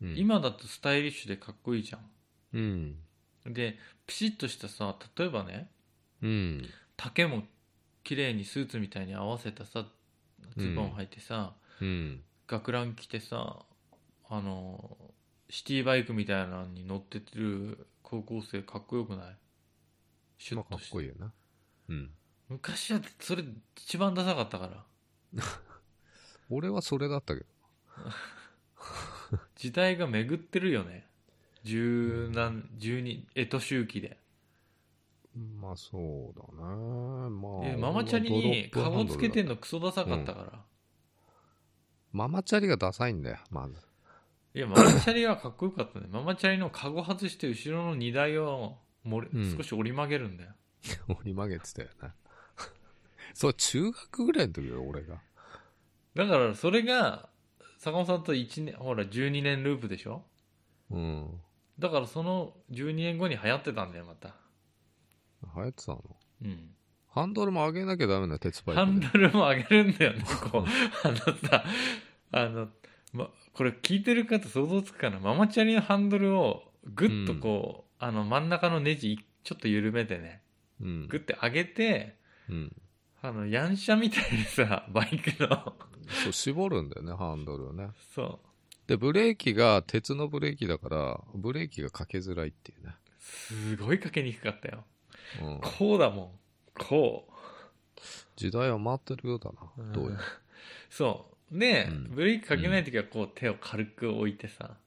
Speaker 1: うん、
Speaker 2: 今だとスタイリッシュでかっこいいじゃ
Speaker 1: うん。
Speaker 2: んでピシッとしたさ例えばね
Speaker 1: うん。
Speaker 2: 丈も綺麗にスーツみたいに合わせたさズボン履いてさ、
Speaker 1: うん。
Speaker 2: 学ラン着てさあのシティバイクみたいなのに乗ってる高校生かっこよくないシュ
Speaker 1: ま
Speaker 2: ッ
Speaker 1: あ、か
Speaker 2: と
Speaker 1: っ
Speaker 2: して、
Speaker 1: こいいよな。うん。
Speaker 2: 昔はそれ一番ダサかったから
Speaker 1: 俺はそれだったけど。
Speaker 2: 時代が巡ってるよね十何十二えと周期で
Speaker 1: まあ、そうだな。まあ。
Speaker 2: えママチャリに
Speaker 1: 俺は
Speaker 2: カ
Speaker 1: ドロップハンド
Speaker 2: ゴ
Speaker 1: ルだ
Speaker 2: つけてんのクソダサかったから、
Speaker 1: ママチャリがダサいんだよ、まず。
Speaker 2: いやママチャリはかっこよかったねママチャリのカゴ外して後ろの荷台をもれ
Speaker 1: うん
Speaker 2: 少し折り曲げるんだよ、
Speaker 1: 折り曲げてたよな。 *laughs* そう、中学ぐらいの時よ、俺が。
Speaker 2: だからそれが坂本さんと1年ほら12年ループでしょ
Speaker 1: うん。
Speaker 2: だからその12年後に流行ってたんだよまた、
Speaker 1: 流行ってたの
Speaker 2: うん、
Speaker 1: ハンドルも上げなきゃダメな鉄パイプで。
Speaker 2: ハンドルも上げるんだ *laughs* よねこうあのさあの、ま、これ聞いてる方想像つくかなママチャリのハンドルをグッとこう、あの真ん中のネジちょっと緩めてね
Speaker 1: うん
Speaker 2: グッて上げて
Speaker 1: うん。
Speaker 2: あのヤンシャみたいにさ *laughs* バイクの
Speaker 1: そう、絞るんだよね、ハンドルをね。
Speaker 2: そう
Speaker 1: で、ブレーキが鉄のブレーキだから、ブレーキがかけづらいっていうね。
Speaker 2: すごいかけにくかったよ
Speaker 1: うん。
Speaker 2: こうだもんこう
Speaker 1: 時代は回ってるようだな、どうやら。
Speaker 2: そう。で、
Speaker 1: うん
Speaker 2: ブレーキかけないときはこう手を軽く置いてさ、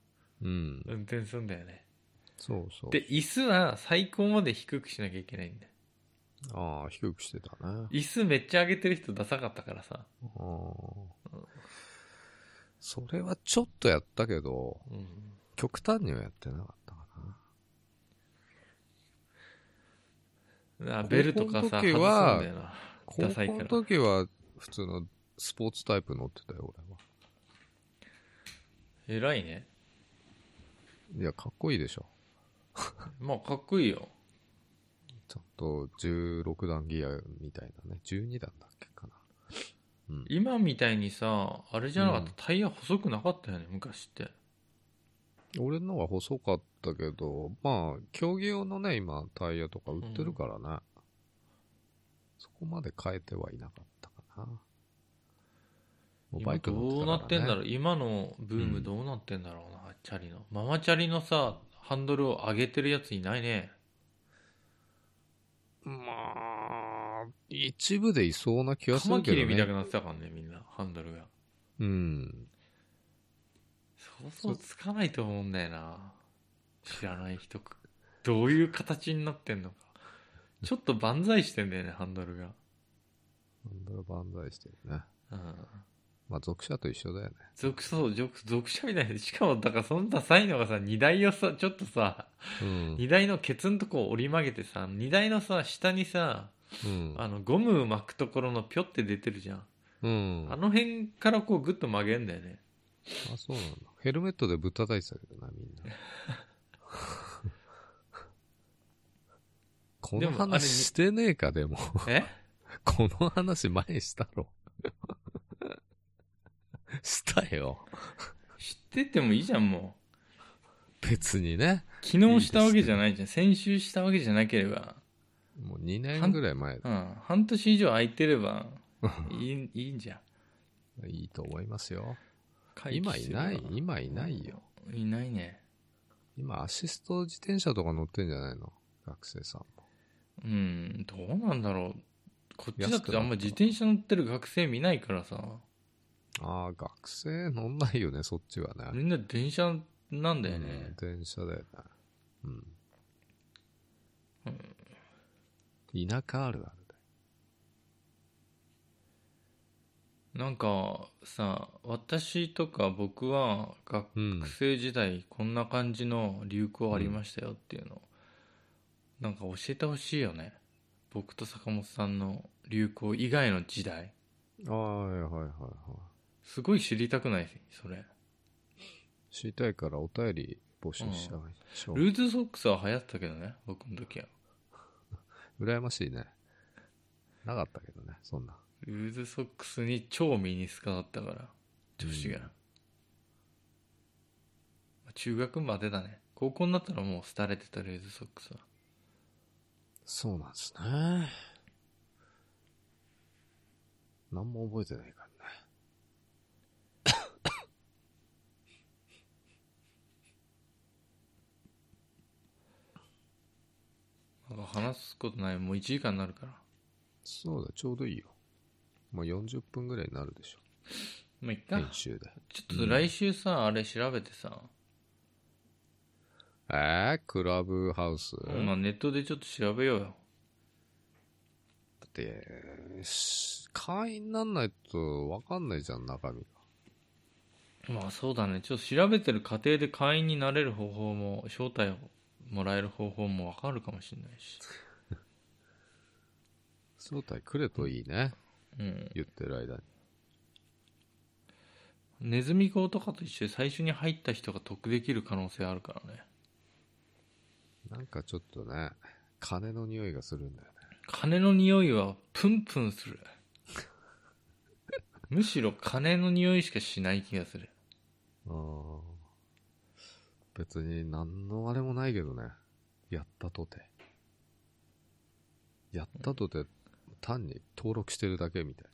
Speaker 1: うん。
Speaker 2: 運転するんだよね。
Speaker 1: そうそう。
Speaker 2: で、椅子は最高まで低くしなきゃいけないんだよ。
Speaker 1: ああ、低くしてたね。
Speaker 2: 椅子めっちゃ上げてる人ダサかったからさ。
Speaker 1: ああ。それはちょっとやったけど、
Speaker 2: うん。
Speaker 1: 極端にはやってなかったかな。
Speaker 2: だからベルとかさ、
Speaker 1: 高校の時
Speaker 2: 外すん
Speaker 1: は
Speaker 2: だよな。
Speaker 1: 高
Speaker 2: ダサ
Speaker 1: 校
Speaker 2: いか
Speaker 1: の
Speaker 2: ら。
Speaker 1: 時は普通のスポーツタイプ乗ってたよ、俺は。
Speaker 2: 偉いね。
Speaker 1: いや、かっこいいでしょ。
Speaker 2: まあ、かっこいいよ。
Speaker 1: ちゃんと16段ギアみたいなね。12段だっけかな。うん。
Speaker 2: 今みたいにさ、あれじゃなかった、
Speaker 1: うん
Speaker 2: タイヤ細くなかったよね、昔って。
Speaker 1: 俺のは細かったけど、まあ、競技用のね、今、タイヤとか売ってるからね。そこまで変えてはいなかったかな。もうバ
Speaker 2: 今
Speaker 1: イク乗
Speaker 2: どうなってんだろ
Speaker 1: う
Speaker 2: う、今のブームどうなってんだろうな、チャリの。ママチャリのさ、ハンドルを上げてるやついないね。
Speaker 1: まあ、一部でいそうな気は
Speaker 2: カ
Speaker 1: す
Speaker 2: マ
Speaker 1: る
Speaker 2: キ
Speaker 1: け
Speaker 2: リ
Speaker 1: ど
Speaker 2: みたく
Speaker 1: ね。
Speaker 2: なってたからねみんなハンドルが
Speaker 1: うん。
Speaker 2: 想像つかないと思うんだよな知らない人どういう形になってんのかちょっと万歳してんだよね、ハンドルが。
Speaker 1: ハンドル万歳してるね。
Speaker 2: うん。
Speaker 1: まあ、属者と一緒だよね。
Speaker 2: 属、そう、属、属者みたいな。しかも、だからそんなサイのがさ、荷台をさ、ちょっとさ、
Speaker 1: うん。
Speaker 2: 荷台のケツのとこを折り曲げてさ、荷台のさ、下にさ、
Speaker 1: うん。
Speaker 2: あの、ゴム巻くところのぴょって出てるじゃん。
Speaker 1: うん。
Speaker 2: あの辺からこうグッと曲げんだよね。
Speaker 1: あ、そうなんだ。ヘルメットでぶったたいてたけどな、みんな。こ
Speaker 2: *laughs* で
Speaker 1: の
Speaker 2: もあれに
Speaker 1: 話してねえか、
Speaker 2: *laughs*
Speaker 1: でも。
Speaker 2: え
Speaker 1: この話前したろ。 *laughs* したよ。
Speaker 2: 知っててもいいじゃん、もう。
Speaker 1: 別にね。
Speaker 2: 昨日したわけじゃないじゃん。先週したわけじゃなければ。
Speaker 1: もう2年ぐらい前だ
Speaker 2: うん。半年以上空いてれば、いい、いいんじゃん。
Speaker 1: いいと思いますよ。
Speaker 2: 回
Speaker 1: 今
Speaker 2: 帰す
Speaker 1: い
Speaker 2: れば
Speaker 1: ない、今いないよ。。
Speaker 2: いないね。
Speaker 1: 今アシスト自転車とか乗ってんじゃないの学生さんも。
Speaker 2: うん、どうなんだろう。こっちだ
Speaker 1: 安くな
Speaker 2: っ
Speaker 1: ってた
Speaker 2: あんま自転車乗ってる学生見ないからさ。
Speaker 1: ああ、学生乗んないよね、そっちはね。
Speaker 2: みんな電車なんだよ
Speaker 1: うん
Speaker 2: ね。
Speaker 1: 電車だよね。うん。田舎あるあるだよ。
Speaker 2: なんかさ、私とか僕は学
Speaker 1: うん
Speaker 2: 学。生時代こんな感じの流行ありましたよっていうのを、なんか教えてほしいよね僕と坂本さんの流行以外の時代
Speaker 1: ああ、はいはいはいはい。
Speaker 2: すごい知りたくないそれ
Speaker 1: 知りたいからお便り募集しちゃうしよう。
Speaker 2: ルーズソックスは流行ってたけどね僕の時は
Speaker 1: 羨ましいね。なかったけどね、そんな。
Speaker 2: ルーズソックスに超ミニスカだったから女子が、
Speaker 1: うん
Speaker 2: 中学までだね高校になったらもう廃れてたルーズソックスは
Speaker 1: そうなんですね。何も覚えてないからね。
Speaker 2: なんか話すことないもう1時間になるから
Speaker 1: そうだ、ちょうどいいよ。もう40分ぐらいになるでしょ。
Speaker 2: まあいっか、
Speaker 1: 編集で。
Speaker 2: ちょっと来週さ、あれ調べてさ、
Speaker 1: えー、クラブハウス、
Speaker 2: ま
Speaker 1: だ
Speaker 2: あ、ネットでちょっと調べようよ
Speaker 1: って、し会員になんないと分かんないじゃん、中身が。
Speaker 2: まあそうだねちょっと調べてる過程で会員になれる方法も招待をもらえる方法もわかるかもしれないし
Speaker 1: 招待くれといいね。
Speaker 2: うん
Speaker 1: 言ってる間に。
Speaker 2: ネズミ講とかと一緒で最初に入った人が得できる可能性あるからね
Speaker 1: なんかちょっとね、金の匂いがするんだよね。
Speaker 2: 金の匂いはプンプンす *laughs* るむしろ金の匂いしかしない気がする
Speaker 1: うん。別に何のあれもないけどね。やったとて。やったとて、単に登録してるだけみたいな。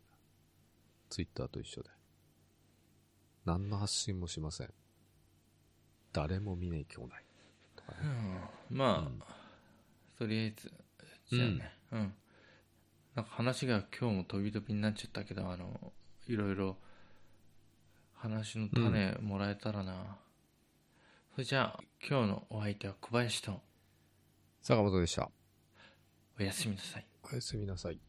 Speaker 1: ツイッターと一緒で。何の発信もしません。誰も見に来ない。
Speaker 2: うんまあ、とりあえずじゃあねうん、なんか話が今日も飛び飛びになっちゃったけどあのいろいろ話の種もらえたらな、それじゃあ今日のお相手は小林と
Speaker 1: 坂本でした。
Speaker 2: おやすみなさい
Speaker 1: おやすみなさい。